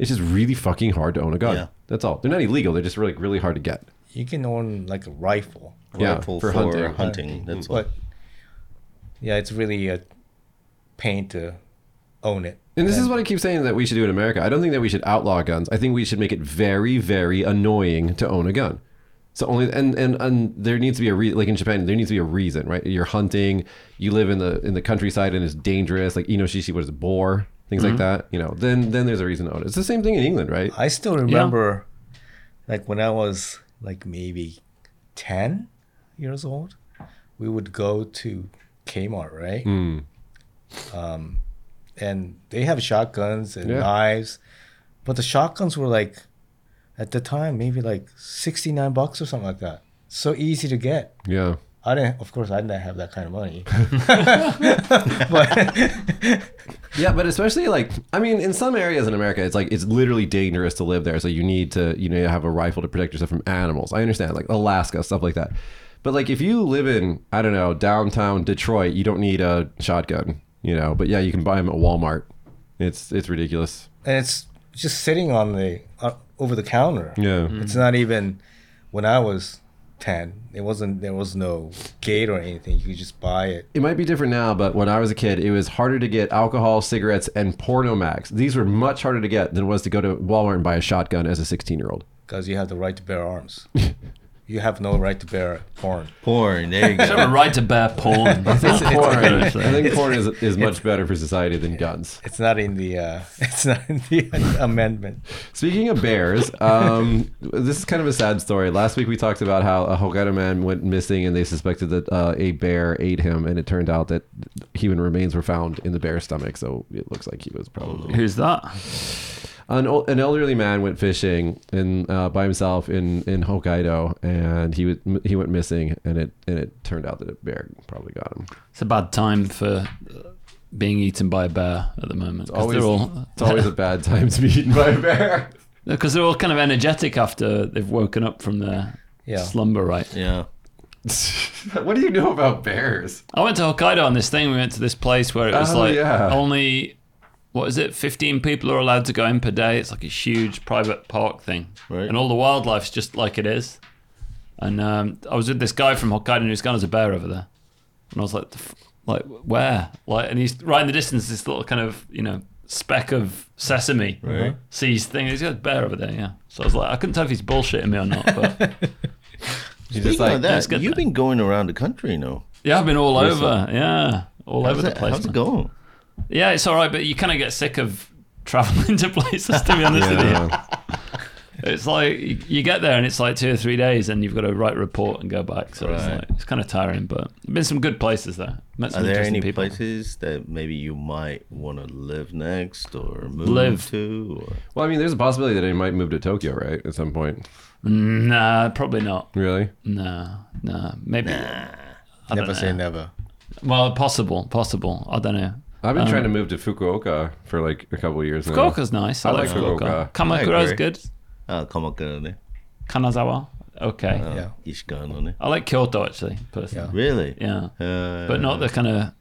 It's just really fucking hard to own a gun. Yeah. That's all. They're not illegal. They're just really, really hard to get. you can own like a rifle Yeah, Rifle for for, hunting. hunting. That's what. but yeah it's really a pain to own it And this is what I keep saying that we should do in America. I don't think that we should outlaw guns. I think we should make it very, very annoying to own a gun. So only and and and there needs to be a re- like in Japan there needs to be a reason, right? You're hunting, you live in the in the countryside and it's dangerous, like Inoshishi was a boar, things like that. You know, then then there's a reason to own it. It's the same thing in England, right? I still remember, like when I was like maybe ten years old, we would go to Kmart, right? Um, and they have shotguns and Yeah. knives, but the shotguns were like, at the time, maybe like sixty nine bucks or something like that. So easy to get. Yeah. I didn't, of course, I didn't have that kind of money. but Yeah, but especially like I mean, in some areas in America, it's like it's literally dangerous to live there. So you need to you know have a rifle to protect yourself from animals. I understand like Alaska stuff like that, but like if you live in I don't know downtown Detroit, you don't need a shotgun, you know. But yeah, you can buy them at Walmart. It's it's ridiculous. and it's just sitting on the uh, over the counter. Yeah, It's not even when I was ten. It wasn't. There was no gate or anything. You could just buy it. it might be different now, but when I was a kid, it was harder to get alcohol, cigarettes, and Pornomax. These were much harder to get than it was to go to Walmart and buy a shotgun as a sixteen year old. because you have the right to bear arms. you have no right to bear porn. Porn. There you I have a go. right to bear porn. That's porn. I think porn is, is much better for society than guns. It's not in the. Uh, it's not in the amendment. Speaking of bears, um, this is kind of a sad story. Last week we talked about how a Hokkaido man went missing and they suspected that uh, a bear ate him, and it turned out that human remains were found in the bear's stomach. So it looks like he was probably Who's that? Oh. an, ol- an elderly man went fishing in uh, by himself in, in Hokkaido, and he was, he went missing, and it and it turned out that a bear probably got him. It's a bad time for uh, being eaten by a bear at the moment. Because always- they're all It's always a bad time to be eaten by a bear. because they're all kind of energetic after they've woken up from their Yeah. slumber, right? Yeah. what do you know about bears? I went to Hokkaido on this thing. We went to this place where it was Oh, like yeah. only what is it? Fifteen people are allowed to go in per day. It's like a huge private park thing, Right. and all the wildlife's just like it is. And um, I was with this guy from Hokkaido who's gone as a bear over there, and I was like, the f- like where? Like, and he's right in the distance. This little kind of you know speck of sesame Right. sees thing. He's got a bear over there, yeah. So I was like, I couldn't tell if he's bullshitting me or not, but Speaking like, of let's that, get you've that. been going around the country now. yeah, I've been all over, yeah, all How's, over that, the place. how's it man. going? Yeah, it's all right, but you kind of get sick of traveling to places. To be honest with Yeah. you, it's like you you get there and it's like two or three days, and you've got to write a report and go back. So it's Right. like it's kind of tiring. But there've been some good places there. Met some Are there interesting any people. places that maybe you might want to live next or move Live. to? Or, Well, I mean, there's a possibility that I might move to Tokyo, right, at some point. Nah, probably not. Really? Nah, nah, maybe. I don't Never say know. never. Well, possible, possible. I don't know. I've been Um, trying to move to Fukuoka for like a couple of years now. Fukuoka's nice. I, I like like Fukuoka. Fukuoka. Kamakura's I agree. good. uh, Kamakura, Kanazawa, okay. uh, Yeah. Ishigano. I like Kyoto actually, personally. Really? Yeah. Uh, but not the kind of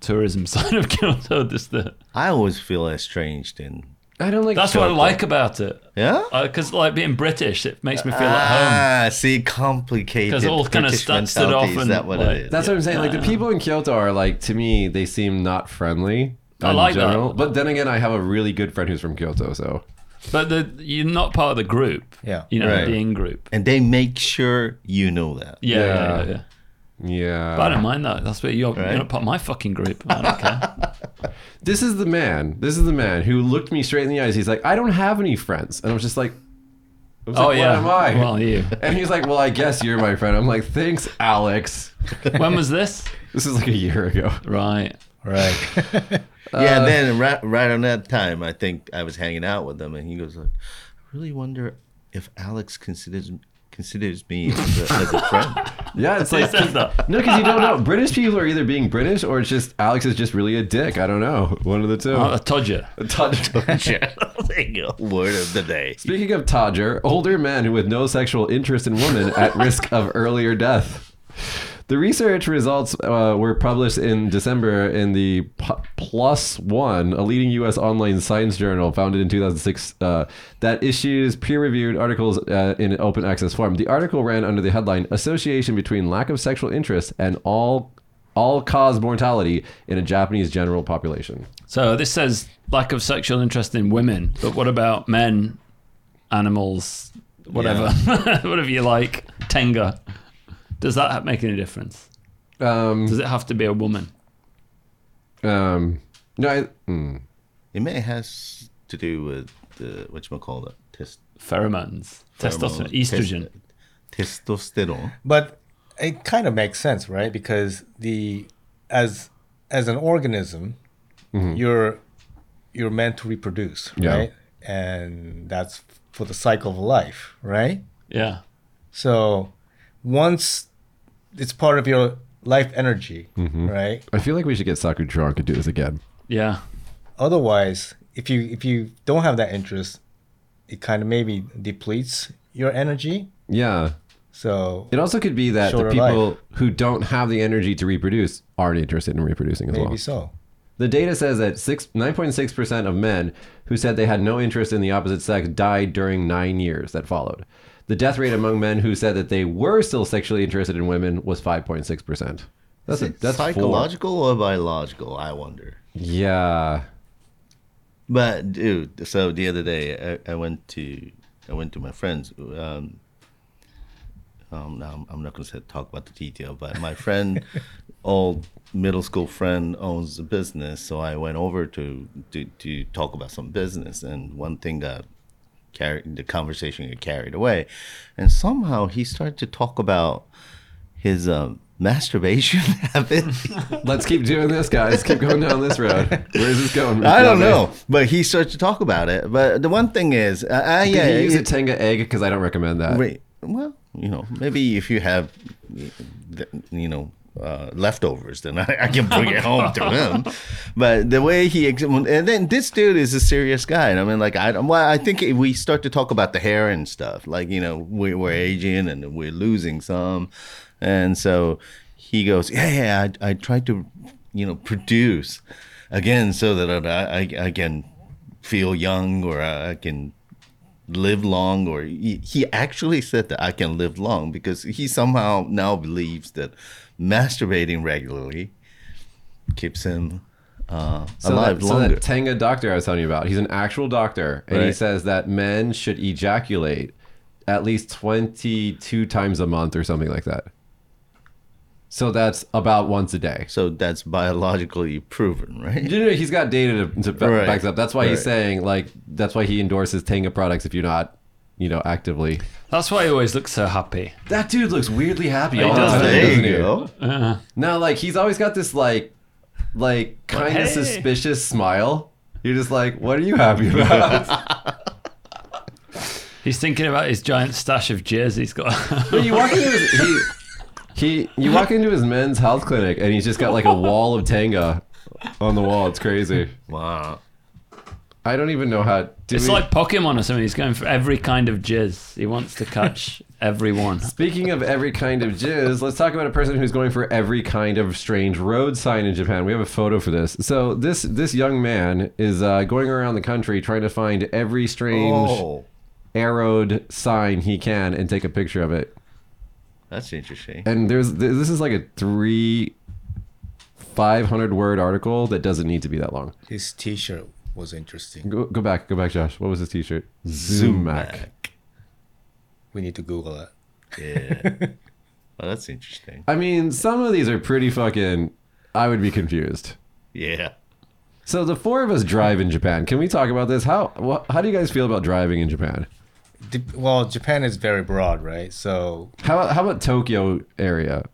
tourism side of Kyoto. Just the I always feel estranged in. I don't like. that's what I like about it. Yeah. Because like being British, it makes me feel at home. ah, see, complicated. 'Cause all kinda British stud- stood off mentality, Is and, that what like- it is? That's what I'm saying. Like the people in Kyoto are like to me, they seem not friendly. I in like that. But then again, I have a really good friend who's from Kyoto, so But the, you're not part of the group. Yeah. You know, Right. the in group. and they make sure you know that. Yeah, yeah, yeah. Yeah. yeah. yeah. But I don't mind that. That's what you're, Right. you're not part of my fucking group. I don't care. this is the man. This is the man who looked me straight in the eyes. He's like, I don't have any friends, and I was just like, I was oh like, yeah. What am I? Well, you. and he's like, Well, I guess you're my friend. I'm like, Thanks, Alex. When was this? This is like a year ago. Right. Oh. Right. Uh, Yeah, and then right, right on that time, I think I was hanging out with him, and he goes like, "I really wonder if Alex considers considers me as a, as a friend." Yeah, it's like says that. no, because you don't know. British people are either being British or it's just Alex is just really a dick. I don't know. One of the two. Oh, a todger. Todger. There you go. Word of the day. Speaking of Todger, older men with no sexual interest in women at risk of earlier death. The research results uh, were published in December in the P- Plus One, a leading U.S. online science journal founded in 2006 uh, that issues peer reviewed articles uh, in an open access form. The article ran under the headline Association Between Lack of Sexual Interest and All all cause mortality in a Japanese general population. So this says lack of sexual interest in women, but what about men, animals, whatever, whatever you like, tenga? Does that ha- make any difference? Um, Does it have to be a woman? um, no, I, hmm. It may has to do with the what you call it, test Pheromones, testosterone, pheromone- estrogen. test- testosterone. but it kind of makes sense, right? Because the as as an organism, you're you're meant to reproduce, Yeah. right? And that's for the cycle of life, right? Yeah, So once it's part of your life energy, right? I feel like we should get Saku drunk and do this again. yeah. Otherwise, if you if you don't have that interest, it kind of maybe depletes your energy. Yeah. So It also could be that Shorter the people who don't have the energy to reproduce aren't interested in reproducing as maybe well. so. The data says that six, 9.6% of men who said they had no interest in the opposite sex died during nine years that followed. The death rate among men who said that they were still sexually interested in women was 5.6%. That's, a, Is it that's four. psychological or biological? I wonder. Yeah. But dude, so the other day I, I went to I went to my friends. Um, um, no, I'm- I'm not gonna say, talk about the detail, but my friend, old middle school friend, owns a business. So I went over to to, to talk about some business, and one thing got carried. The conversation got carried away, and somehow he started to talk about his um, masturbation habits. Let's keep doing this, guys. Keep going down this road. Where is this going? I don't know, but he started to talk about it. But the one thing is, uh, I, Did yeah, you use a it, Tenga egg? Because I don't recommend that. wait, well, you know, maybe if you have, the- you know, uh, leftovers, then I, I can bring it home to him. But the way he ex- and then this dude is a serious guy, and I mean, like I don't- well, I think if we start to talk about the hair and stuff, like you know, we, we're aging and we're losing some, and so he goes, yeah, yeah, I, I tried to, you know, produce again so that I, I, I can feel young or I can live long or he, he actually said that i can live long because he somehow now believes that masturbating regularly keeps him uh, So alive that, so longer that Tenga doctor I was telling you about, he's an actual doctor, and he Right. says that men should ejaculate at least 22 times a month or something like that. So that's about once a day. so that's biologically proven right You know, he's got data to, to ba- Right. back it up. That's why he's Right. saying, like, that's why he endorses Tenga products if you're not, you know, actively. That's why he always looks so happy. That dude looks weirdly happy all the does. time. Oh, there doesn't he? you go No, like he's always got this like, like kind of hey. suspicious smile. You're just like, what are you happy about? He's thinking about his giant stash of jizz he's got. But you walk into his he, he you walk into his men's health clinic and he's just got like a wall of tanga on the wall. It's crazy. wow I don't even know how. do it's we- like Pokemon or something. He's going for every kind of jizz. He wants to catch everyone. Speaking of every kind of jizz, let's talk about a person who's going for every kind of strange road sign in Japan. We have a photo for this. So this this young man is uh, going around the country trying to find every strange oh arrowed sign he can and take a picture of it. that's interesting And there's th- this is like a three, five hundred word article that doesn't need to be that long. His T-shirt was interesting. Go, go back, go back, Josh. What was his T-shirt? Zumac. Zumac. We need to Google it. yeah well, that's interesting I mean, some of these are pretty fucking. I would be confused. yeah So the four of us drive in Japan. Can we talk about this? How wha how do you guys feel about driving in Japan? Dep- Well, Japan is very broad, right? So How how about Tokyo area,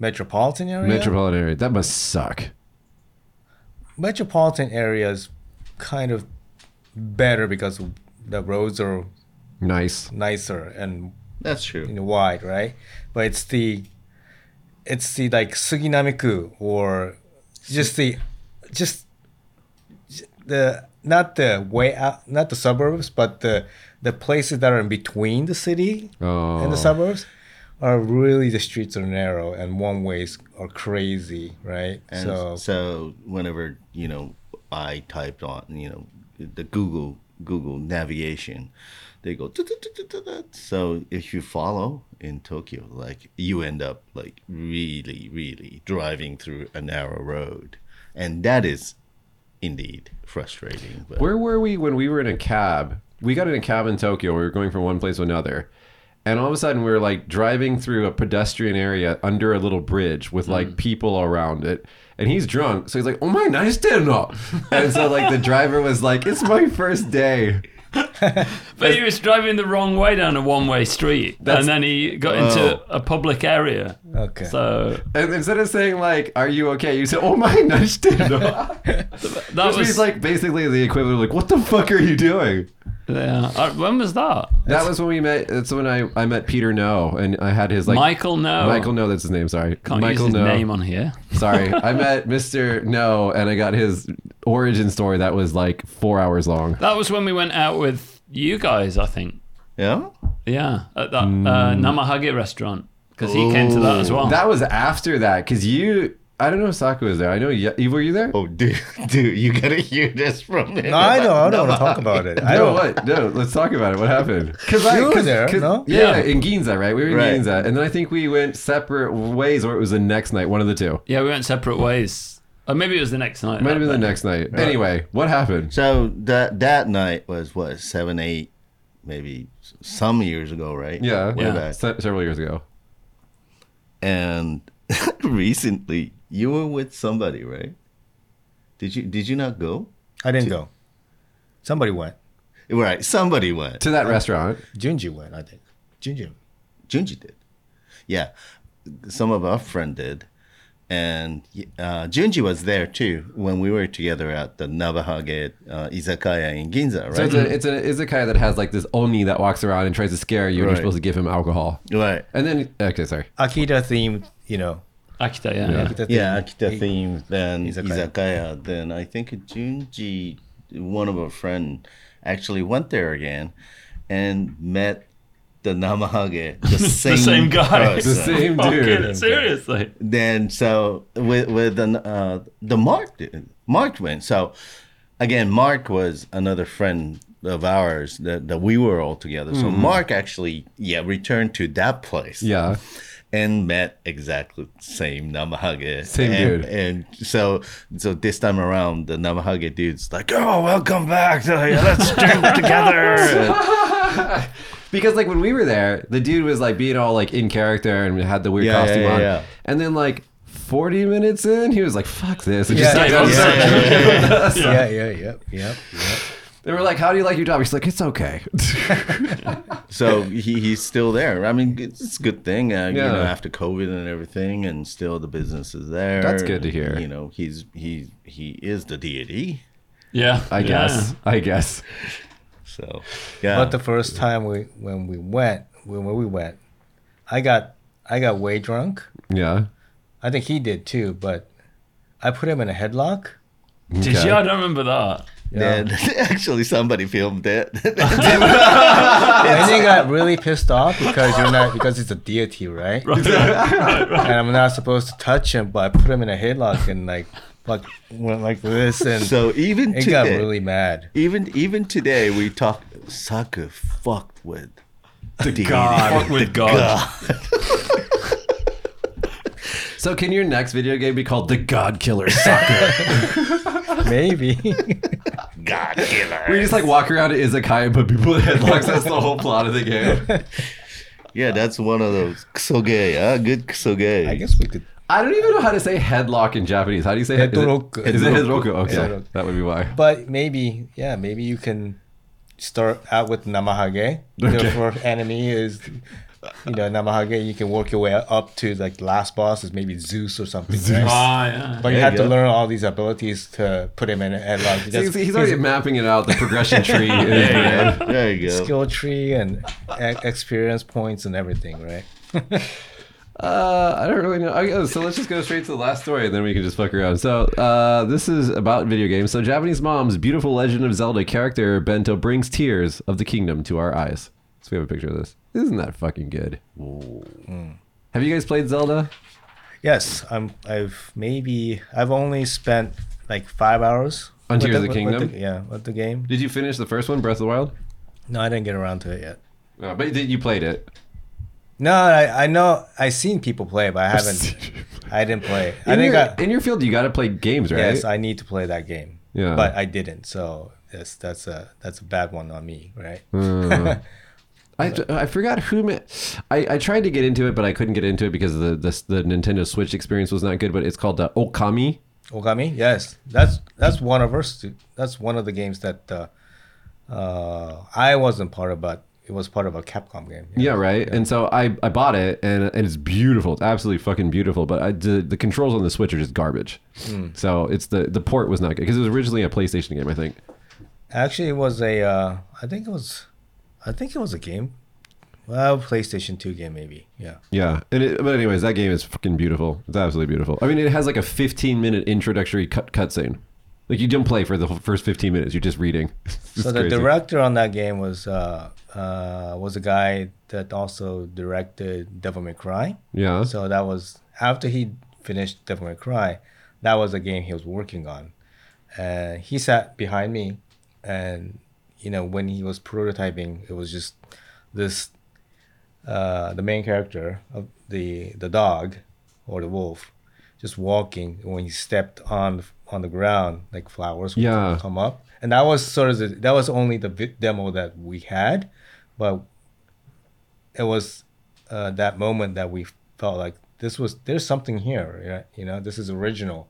metropolitan area. metropolitan area? That must suck. metropolitan area is kind of better because the roads are Nice. nicer and that's you true know, wide, right? But it's the it's the like Suginami-ku or just the just the not the way out, not the suburbs, but the the places that are in between the city Oh, and the suburbs are really the streets are narrow and one ways are crazy, right? And so so, whenever you know I typed on you know the Google Google navigation, they go. "Tut, tut, tut, tut, tut, tut." So if you follow in Tokyo, like you end up like really, really driving through a narrow road, and that is indeed frustrating. But Where were we when we were in a cab? We got in a cab in Tokyo. We were going from one place to another. And all of a sudden, we were like driving through a pedestrian area under a little bridge Hmm. with like people around it. And he's drunk. So he's like, oh my, nice dinner. and so, like, the driver was like, it's my first day. But he was driving the wrong way down a one-way street, That's- and then he got into a public area. okay. So And instead of saying, like, are you okay? You say, oh my, nice dinner. that Which was means, like, basically the equivalent of, like, what the fuck are you doing? yeah. Uh, When was that? That was when we met. That's when I, I met Peter No. And I had his, like, Michael No. Michael No, that's his name. Sorry. Can't Michael use his No. name on here. Sorry, I met Mr. No, and I got his origin story that was like four hours long. That was when we went out with you guys, I think. yeah, Yeah, at that uh, Namahage restaurant because he came to that as well. Hmm. That was after that, because you, I don't know if Saku was there. I know, you, were you there? oh dude, dude, you gotta hear this from me. No, I don't. I don't want to talk about it. I no, don't. what? No, let's talk about it. What happened? Because You were there, no? Yeah, Yeah. in Ginza, right? We were in Right. Ginza, and then I think we went separate ways, or it was the next night, one of the two. yeah, we went separate ways. Or maybe it was the next night. uh, It might have been the But- next night. Anyway, what happened? So that that night was what seven, eight, maybe some years ago, right? Yeah, Way Yeah. back. se- several years ago. and recently you were with somebody, right? Did you did you not go? I didn't go. Somebody went. Right, somebody went. To that restaurant. Junji went. I think. Junji. Junji did. Yeah, some of our friend did, and uh, Junji was there too when we were together at the Nabahage uh, izakaya in Ginza, right? So it's, a, it's an izakaya that has like this oni that walks around and tries to scare you, and you're Right. supposed to give him alcohol. right. And then, okay, sorry. Akita themed. You know, Akita, yeah. Yeah. yeah. yeah, Akita thing. Akita theme, then Izakaya. izakaya. then I think Junji, one of our friend, actually went there again, and met the Namahage, the same, The same guy. person. The same Fucking dude. Seriously. Then so with with the uh, the Mark did- Mark went. So again, Mark was another friend of ours that, that we were all together. So Mark actually yeah returned to that place Yeah. and met exactly same Namahage. Same and, dude. And so so this time around, the Namahage dude's like, oh, welcome back. Let's do it together. Because like when we were there, the dude was like being all like in character and had the weird Yeah, yeah, costume yeah, on. yeah. And then like 40 minutes in, he was like, "Fuck this!" And Yeah, just like, yeah, Yeah, yeah, yep, yep, yep. They were like, "How do you like your job?" He's like, "It's okay." so he, he's still there. I mean, it's, it's a good thing. Uh, You Yeah. know, after COVID and everything, and still the business is there. That's good to hear. You know, he's he he is the deity. Yeah. I yeah. guess. I guess. So yeah, But the first time we when we went when we went, I got I got way drunk. Yeah. I think he did too, but I put him in a headlock. Did Okay. you? I don't remember that. then actually somebody filmed it. And then he got really pissed off because you're not because it's a deity, right? And I'm not supposed to touch him, but I put him in a headlock and like like went like this and so even it got today, really mad. even even today, we talk. Saka fucked with the deity. God. Fuck with God. So can your next video game be called The God Killer Soccer? Maybe. God killer. Where you just like walk around at Izakaya and put people in headlocks. That's the whole plot of the game. Yeah, that's one of those ksoge, huh? Good ksoge. I guess we could I don't even know how to say headlock in Japanese. How do you say head- is it- Hedoroku. Is it headroku? Okay, Hedoroku. that would be why. but maybe yeah, maybe you can start out with Namahage. Okay. Your first enemy is you know, Namahage, you can work your way up to like the last boss is maybe Zeus or something. right? Ah, yeah. But you There have you to go. learn all these abilities to put him in a headlock. So he's, Just- he's already mapping it out, the progression tree. in his brain. there you go. skill tree and e- experience points and everything, right? Uh, I don't really know. Okay, so let's just go straight to the last story, and then we can just fuck around. So, uh, this is about video games. So, Japanese mom's beautiful Legend of Zelda character Bento brings tears of the kingdom to our eyes. So we have a picture of this. Isn't that fucking good? Have you guys played Zelda? Yes, I'm. I've maybe I've only spent like five hours On with Tears of the with Kingdom? yeah, with the game. Did you finish the first one, Breath of the Wild? No, I didn't get around to it yet. No, but you- you played it. No, I, I know I've seen people play, but I haven't. I didn't play. In I think your, I, in your field, you got to play games, right? yes, I need to play that game. Yeah. but I didn't. So that's that's a that's a bad one on me, right? Uh. I, I forgot who ma- I, I tried to get into it, but I couldn't get into it because the, the the Nintendo Switch experience was not good. But it's called uh, Okami. Ogami, yes, that's that's one of our stu- that's one of the games that uh, uh, I wasn't part of, but it was part of a Capcom game. Yeah, right. And so I, I bought it, and, and it's beautiful. It's absolutely fucking beautiful. But I, the, the controls on the Switch are just garbage. Hmm. So it's the the port was not good because it was originally a PlayStation game, I think. Actually, it was a. Uh, I think it was. I think it was a game. Well, PlayStation Two game maybe. Yeah. Yeah. And it, but anyways, that game is fucking beautiful. It's absolutely beautiful. I mean, it has like a 15 minute introductory cut cutscene. Like you don't play for the first 15 minutes. You're just reading. It's so the crazy. director on that game was uh, uh, was a guy that also directed Devil May Cry. Yeah. So that was after he finished Devil May Cry, that was a game he was working on. And he sat behind me, and you know when he was prototyping, it was just this uh, the main character of the the dog or the wolf just walking when he stepped on on the ground like flowers would Yeah. come up and that was sort of the, that was only the vi- demo that we had but it was uh, that moment that we felt like this was there's something here yeah, you know this is original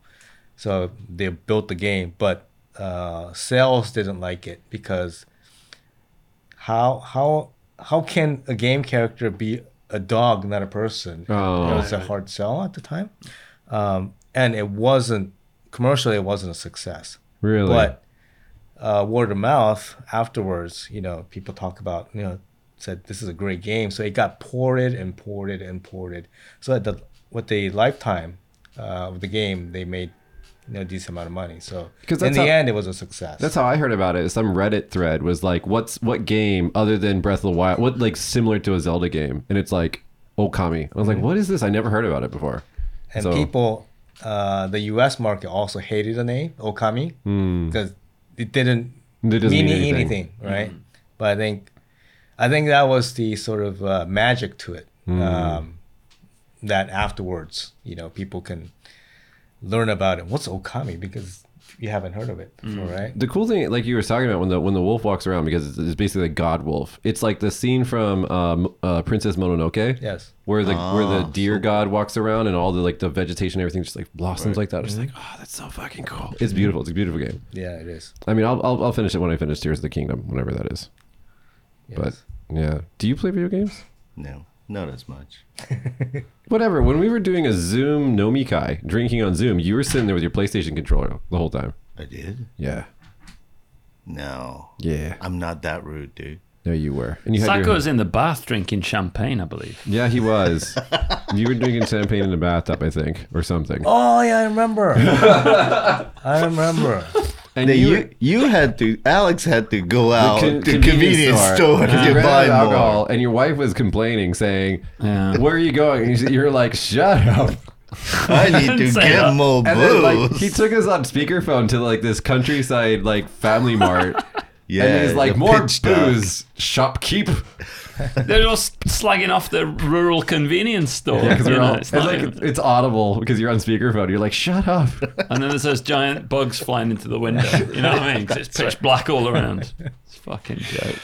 so they built the game but uh, sales didn't like it because how how how can a game character be a dog not a person Oh. it was a hard sell at the time um, and it wasn't commercially it wasn't a success Really? but uh, word of mouth afterwards, you know, people talk about, you know, said this is a great game. So it got ported and ported and ported. So at the with the lifetime uh, of the game, they made you know decent amount of money. So 'Cause in that's the how- end, it was a success. That's how I heard about it. Some Reddit thread was like, "What's what game other than Breath of the Wild? What like similar to a Zelda game?" And it's like Okami. I was like, Mm-hmm. "What is this? I never heard about it before." and so- people, uh, the U.S. market also hated the name Okami Hmm. because it didn't It doesn't mean, mean anything, anything. Mm-hmm. right? But I think, I think that was the sort of uh, magic to it. Mm. Um, that afterwards, you know, people can learn about it. What's Okami? Because you haven't heard of it Mm. before, right? The cool thing, like you were talking about, when the when the wolf walks around, because it's, it's basically like God Wolf. It's like the scene from um, uh, Princess Mononoke. Yes. Where the where the deer god walks around and all the like the vegetation and everything just like blossoms like that. It's like, oh, that's so fucking cool. It's beautiful. It's a beautiful game. Yeah, it is. I mean, I'll I'll, I'll finish it when I finish Tears of the Kingdom, whenever that is. Yes. But yeah, do you play video games? No, not as much. Whatever. When we were doing a Zoom Nomikai, drinking on Zoom, you were sitting there with your PlayStation controller the whole time. I did. Yeah. No, Yeah. I'm not that rude, dude. No, you were. And you had your- Sacco's in the bath drinking champagne, I believe. Yeah, he was. you were drinking champagne in the bathtub, I think, or something. Oh yeah, I remember. I remember. and Then you you had to Alex had to go out con- to convenience convenience store. store, you to ran out buy of alcohol. alcohol, and your wife was complaining, saying, Yeah. "Where are you going?" And you said- you're like, "Shut up." I need to Say get that. more And then like booze. he took us on speakerphone to like this countryside like family mart. yeah, and he's like, the more pitch dark. booze, shopkeep. They're all s- slagging off the rural convenience store. Yeah, because you we're know, all, it's, it's not like even- it's, it's audible because you're on speakerphone. You're like, shut up. and then there's those giant bugs flying into the window. You know what I mean? 'Cause it's pitch black all around. It's a fucking joke.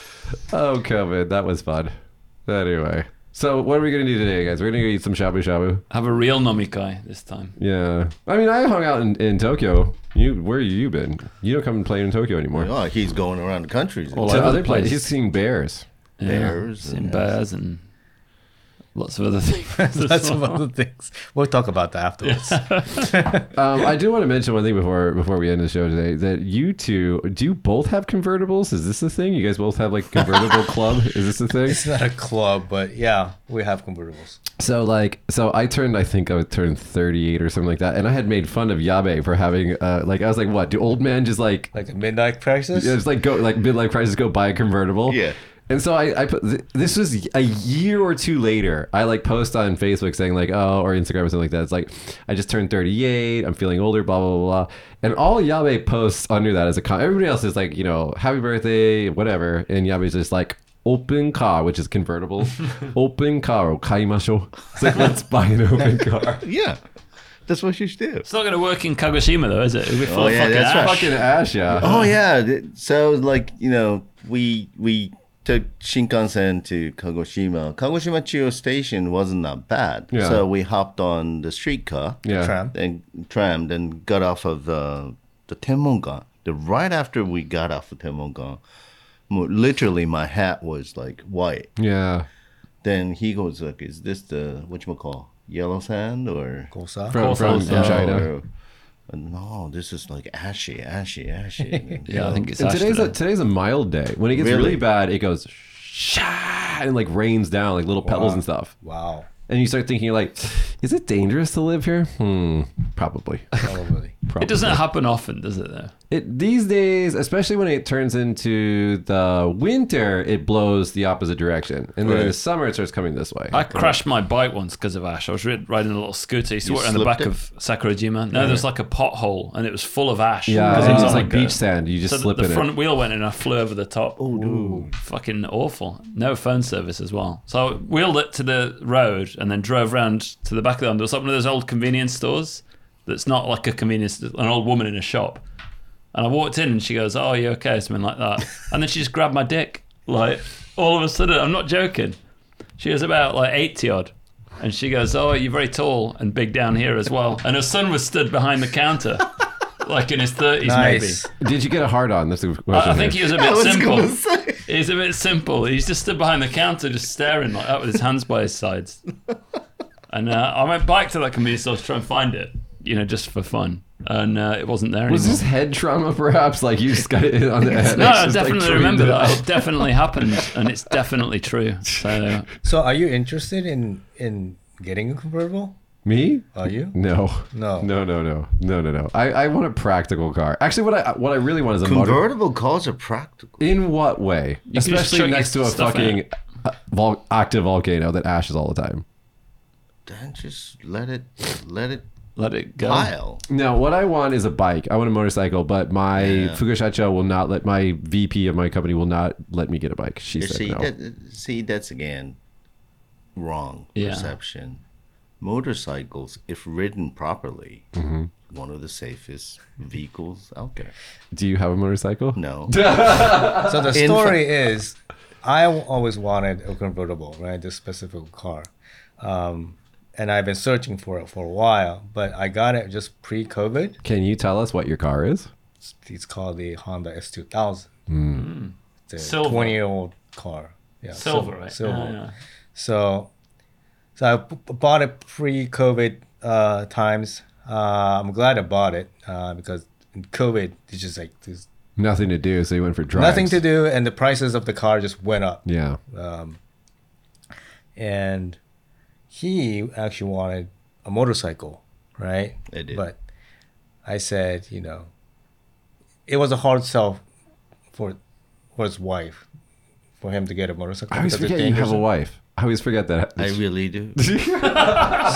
oh, COVID. That was fun. Anyway, so what are we gonna do today, guys? We're gonna go eat some shabu shabu. Have a real nomikai this time. Yeah, I mean, I hung out in, in Tokyo. You, where you been? You don't come and play in Tokyo anymore. Oh, he's going around the country. all to over other the place. places, he's seen bears. Yeah. Bears Seen and- bears and lots of other things. as That's well. one of the things. We'll talk about that afterwards. Um, I do want to mention one thing before before we end the show today. That you two do you both have convertibles? Is this a thing? You guys both have like convertible club? Is this a thing? It's not a club, but yeah, we have convertibles. So like, so I turned, I think I would turn 38 or something like that, and I had made fun of Yabe for having, uh, like, I was like, what? Do old men just like, Like a midnight crisis. yeah, just like go like midlife crisis, go buy a convertible? Yeah. And so I, I put th- this was a year or two later. I like post on Facebook saying like, oh, or Instagram or something like that. It's like, I just turned 38. I'm feeling older. Blah blah blah. blah. And all Yabe posts under that is a con. Everybody else is like, you know, happy birthday, whatever. And Yabe's just like. Open car, which is convertible. open car, okaimashou. It's like let's buy an open car. Yeah, that's what you should do. It's not going to work in Kagoshima though, is it? It'll be full Oh, of yeah, fucking that's ash. right. Fucking ash, yeah. Oh yeah, th- so like you know, we we took Shinkansen to Kagoshima. Kagoshima Chuyo Station wasn't that bad, Yeah. so we hopped on the streetcar, yeah. Tram. then tram, then got off of uh, the Tenmongan. The right after we got off of Tenmongan, mo- literally my hat was like white. Yeah. Then he goes like, "Is this the what you call yellow sand or Kosa. From, from, from Oh, China. or- uh, no, this is like ashy, ashy, ashy. Yeah, I think it's And ash today's today. a, today's a mild day. When it gets really, Really? bad, it goes shah and like rains down like little petals and stuff. Wow. And you start thinking like, is it dangerous to live here? Hmm, probably. Probably. probably. It doesn't happen often, does it? Though It- these days, especially when it turns into the winter, it blows the opposite direction, and then in the Right. summer it starts coming this way. I crashed my bike once because of ash. I was rid- riding a little scooter. You saw You it on the back slipped it? of Sakurajima. No, there's like a pothole, and it was full of ash. yeah, 'cause it's, it was just on like a- beach sand. You just So the, slip the in front it. wheel went and I flew over the top. Oh, dude. Fucking awful. No phone service as well. So I wheeled it to the road and then drove round to the back of them. There was like one of those old convenience stores that's not like a convenience, an old woman in a shop. And I walked in and she goes, Oh, you okay? Something like that. And then she just grabbed my dick. Like, all of a sudden, I'm not joking. She was about like 80 odd. And she goes, Oh, you're very tall and big down here as well. And her son was stood behind the counter, like in his 30s, maybe. Nice. Did you get a hard on? That's the question. I, here. I think he was a I bit was simple. gonna say. He's a bit simple. He's just stood behind the counter, just staring like that with his hands by his sides. And uh, I went back to that convenience store to try and find it, you know, just for fun. And uh, it wasn't there Was anymore. this head trauma, perhaps? Like you just got it on the head. no, It's I just, like, definitely dreamed remember it that. out. It definitely happened, and it's definitely true. So So, are you interested in in getting a convertible? Me? Are you? No. No. No. No. No. No. No. No. I, I want a practical car. Actually, what I what I really want is a motor. Convertible cars are practical. In what way? can just Especially chuck next to your a stuff in fucking uh, vol- active volcano that ashes all the time. Then just let it let it Let it go. pile. No, what I want is a bike. I want a motorcycle, but my Yeah. Fukushacha will not let my VP of my company will not let me get a bike. She You said see, no. that, see, that's again wrong Yeah. perception. Motorcycles, if ridden properly, one of the safest vehicles out there. Do you have a motorcycle? No, So the In fa- story is, I always wanted a convertible, right? This specific car, um, and I've been searching for it for a while. But I got it just pre-COVID. Can you tell us what your car is? It's, it's called the Honda S2000. It's a Silver. 20-year-old car. Yeah, Silver, right? Silver. Yeah, yeah. So, so I b- b- bought it pre-COVID uh, times. Uh, I'm glad I bought it uh, because in COVID it's just like there's Nothing to do, so you went for drives. nothing to do, and the prices of the car just went up. Um, Yeah. And he actually wanted a motorcycle, right? I did. But I said, you know, it was a hard sell for for his wife for him to get a motorcycle. I always because it's forget you have dangerous. a wife. I always forget that. I really do.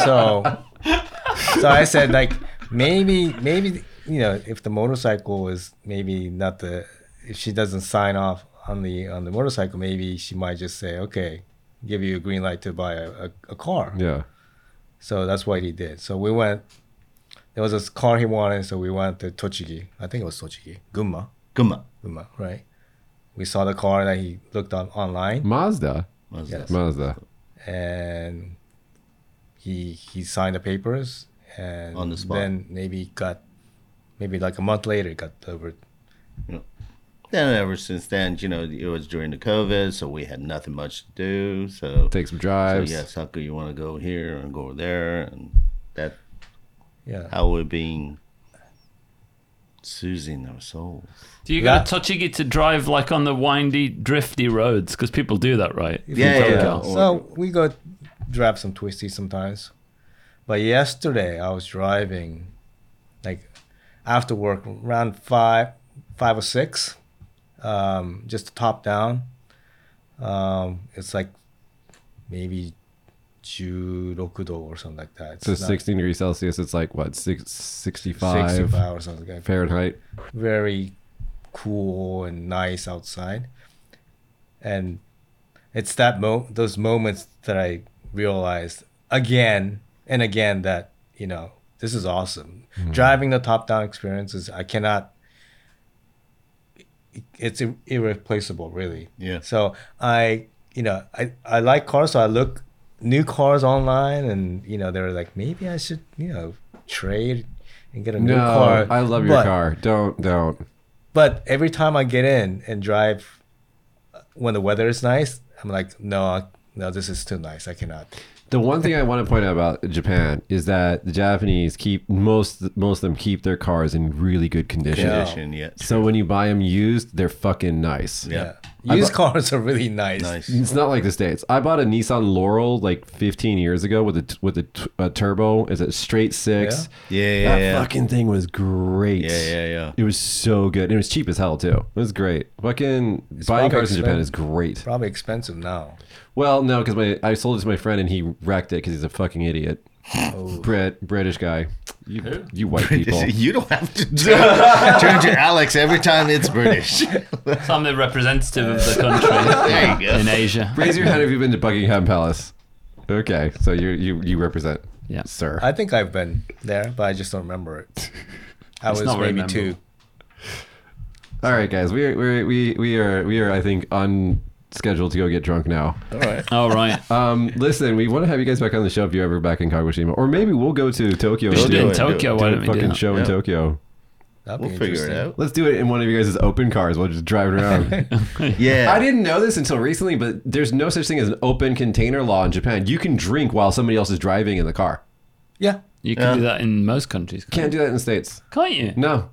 so so I said like maybe maybe you know if the motorcycle is maybe not the if she doesn't sign off on the on the motorcycle maybe she might just say okay give you a green light to buy a, a, a car yeah. so that's what he did so we went there was this car he wanted so we went to Tochigi I think it was Tochigi Gunma Come on, Gunma right we saw the car that he looked on online Mazda. Mazda. Yes. Mazda. and he he signed the papers and On the spot. then maybe got maybe like a month later got over Then ever since then, you know, it was during the COVID, so we had nothing much to do. So, Take some so drives. yeah, Saku, you want to go here and go there, and that yeah how we're being soothing our souls. Do you got That- a Tochigi to drive like on the windy, drifty roads? Because people do that, right? Yeah, yeah, yeah. Or- so we go drive some twisties sometimes but yesterday i was driving like after work around five five or six um just top down um it's like maybe 16度 or something like that So It's not- 16 degrees Celsius. It's like what six, 65, 65 or something like that. Fahrenheit. Very cool and nice outside. And it's that mo those moments that I realized again and again that, you know, this is awesome. Mm-hmm. Driving the top down experience is I cannot it's ir- irreplaceable really. Yeah. So I, you know, I, I like cars, so I look new cars online, and you know, they're like, maybe I should, you know, trade and get a new No, car. I love your But- car. Don't don't. But every time I get in and drive, uh, when the weather is nice, I'm like, no, I- no, this is too nice. I cannot. The one thing I want to point out about Japan is that the Japanese keep most most of them keep their cars in really good condition. Yeah. Condition, yeah. So when you buy them used, they're fucking nice. Yeah. Yeah. Used cars are really nice. Nice. It's not like the states. I bought a Nissan Laurel like 15 years ago with a t- with a, t- a turbo. It's a straight six. Yeah, yeah, that yeah. fucking thing was great. Yeah, yeah, yeah. It was so good. It was cheap as hell too. It was great. Fucking buying probably cars in Japan is expensive. great. Probably expensive now. Well, no, because my I sold it to my friend and he wrecked it because he's a fucking idiot. Brit British guy. You, you white people. You don't have to turn, turn to Alex every time it's British. So I'm the representative of the country there you in go. Asia. Raise your hand if you've been to Buckingham Palace. Okay, so you you you represent, Yeah. sir. I think I've been there, but I just don't remember it. I was not very maybe two. All right, guys, we are, we we we are we are I think on schedule to go get drunk now. All Oh, right. Um, listen, we want to have you guys back on the show if you're ever back in Kagoshima, or maybe we'll go to Tokyo. we and should do it in it, do it, Tokyo. do Why do don't a we do fucking that? show in Yeah. Tokyo. That'd We'll be figure it interesting. out. Let's do it in one of you guys' open cars. We'll just drive it around. Yeah. I didn't know this until recently, but there's no such thing as an open container law in Japan. You can drink while somebody else is driving in the car. Yeah. You can do that in most countries, can't, Can't do that in the states. can't you? No,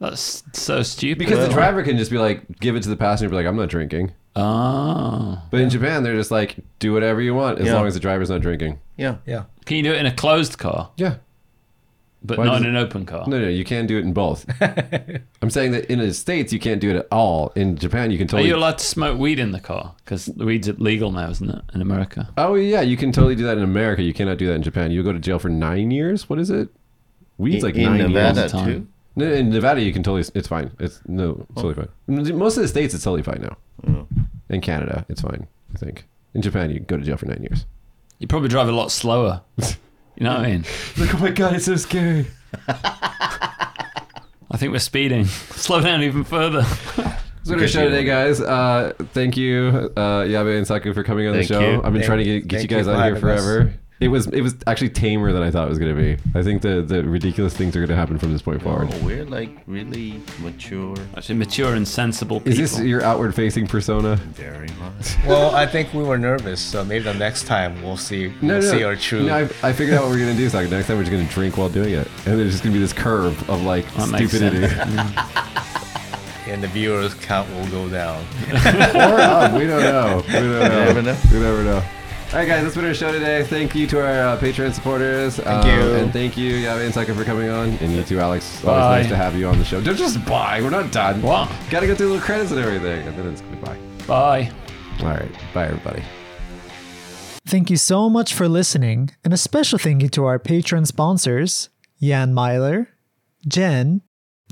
That's so stupid. because the driver can just be like, give it to the passenger, be like, I'm not drinking. Oh. But in Japan, they're just like, do whatever you want as Yeah. long as the driver's not drinking. Yeah. Yeah. Can you do it in a closed car, Yeah. but Why not does in an open car? No, no, you can do it in both. I'm saying that in the States, you can't do it at all. In Japan, you can Are totally. you allowed to smoke weed in the car? Because weed's legal now, isn't it, in America? oh, yeah, you can totally do that in America. You cannot do that in Japan. You go to jail for nine years. What is it? Weed's In- like in nine Nevada years. time. too. No, no, in Nevada, you can totally. It's fine. It's no, it's totally fine. Most of the states, it's totally fine now. In Canada, it's fine. I think. In Japan, you go to jail for nine years. You probably drive a lot slower. You know what I mean? Like, oh my god, it's so scary. I think we're speeding. Slow down even further. So good show today, guys. Uh, thank you, uh, Yabe and Saku, for coming on Thank the show. you. I've been Thank- trying to get, get thank you guys you for out of here having us. forever. It was it was actually tamer than I thought it was going to be. I think the the ridiculous things are going to happen from this point forward. Oh, we're like really mature. Actually, mature and sensible people. Is this your outward facing persona? Very much. Well, I think we were nervous, so maybe the next time we'll see No, no, we'll see no. our true. No, I, I figured out what we're going to do. Saku. next time we're just going to drink while doing it, and there's just going to be this curve of like That makes stupidity. sense. and the viewers count will go down. or up. We don't know. We don't know. never know. We never know. All right, guys, that's been our show today. Thank you to our uh, Patreon supporters. Thank you. And thank you, Yabe and Saka, for coming on. And you too, Alex. Bye. Always nice to have you on the show. Don't just bye. We're not done. What? Gotta go through the little credits and everything. And then it's going to be bye. Bye. All right. Bye, everybody. Thank you so much for listening, and a special thank you to our patron sponsors Jan Myler, Jen,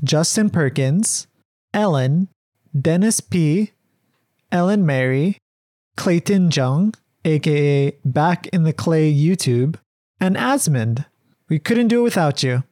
Justin Perkins, Ellen, Dennis P., Ellen Mary, Clayton Jung, aka Back in the Clay YouTube, and Asmund. We couldn't do it without you.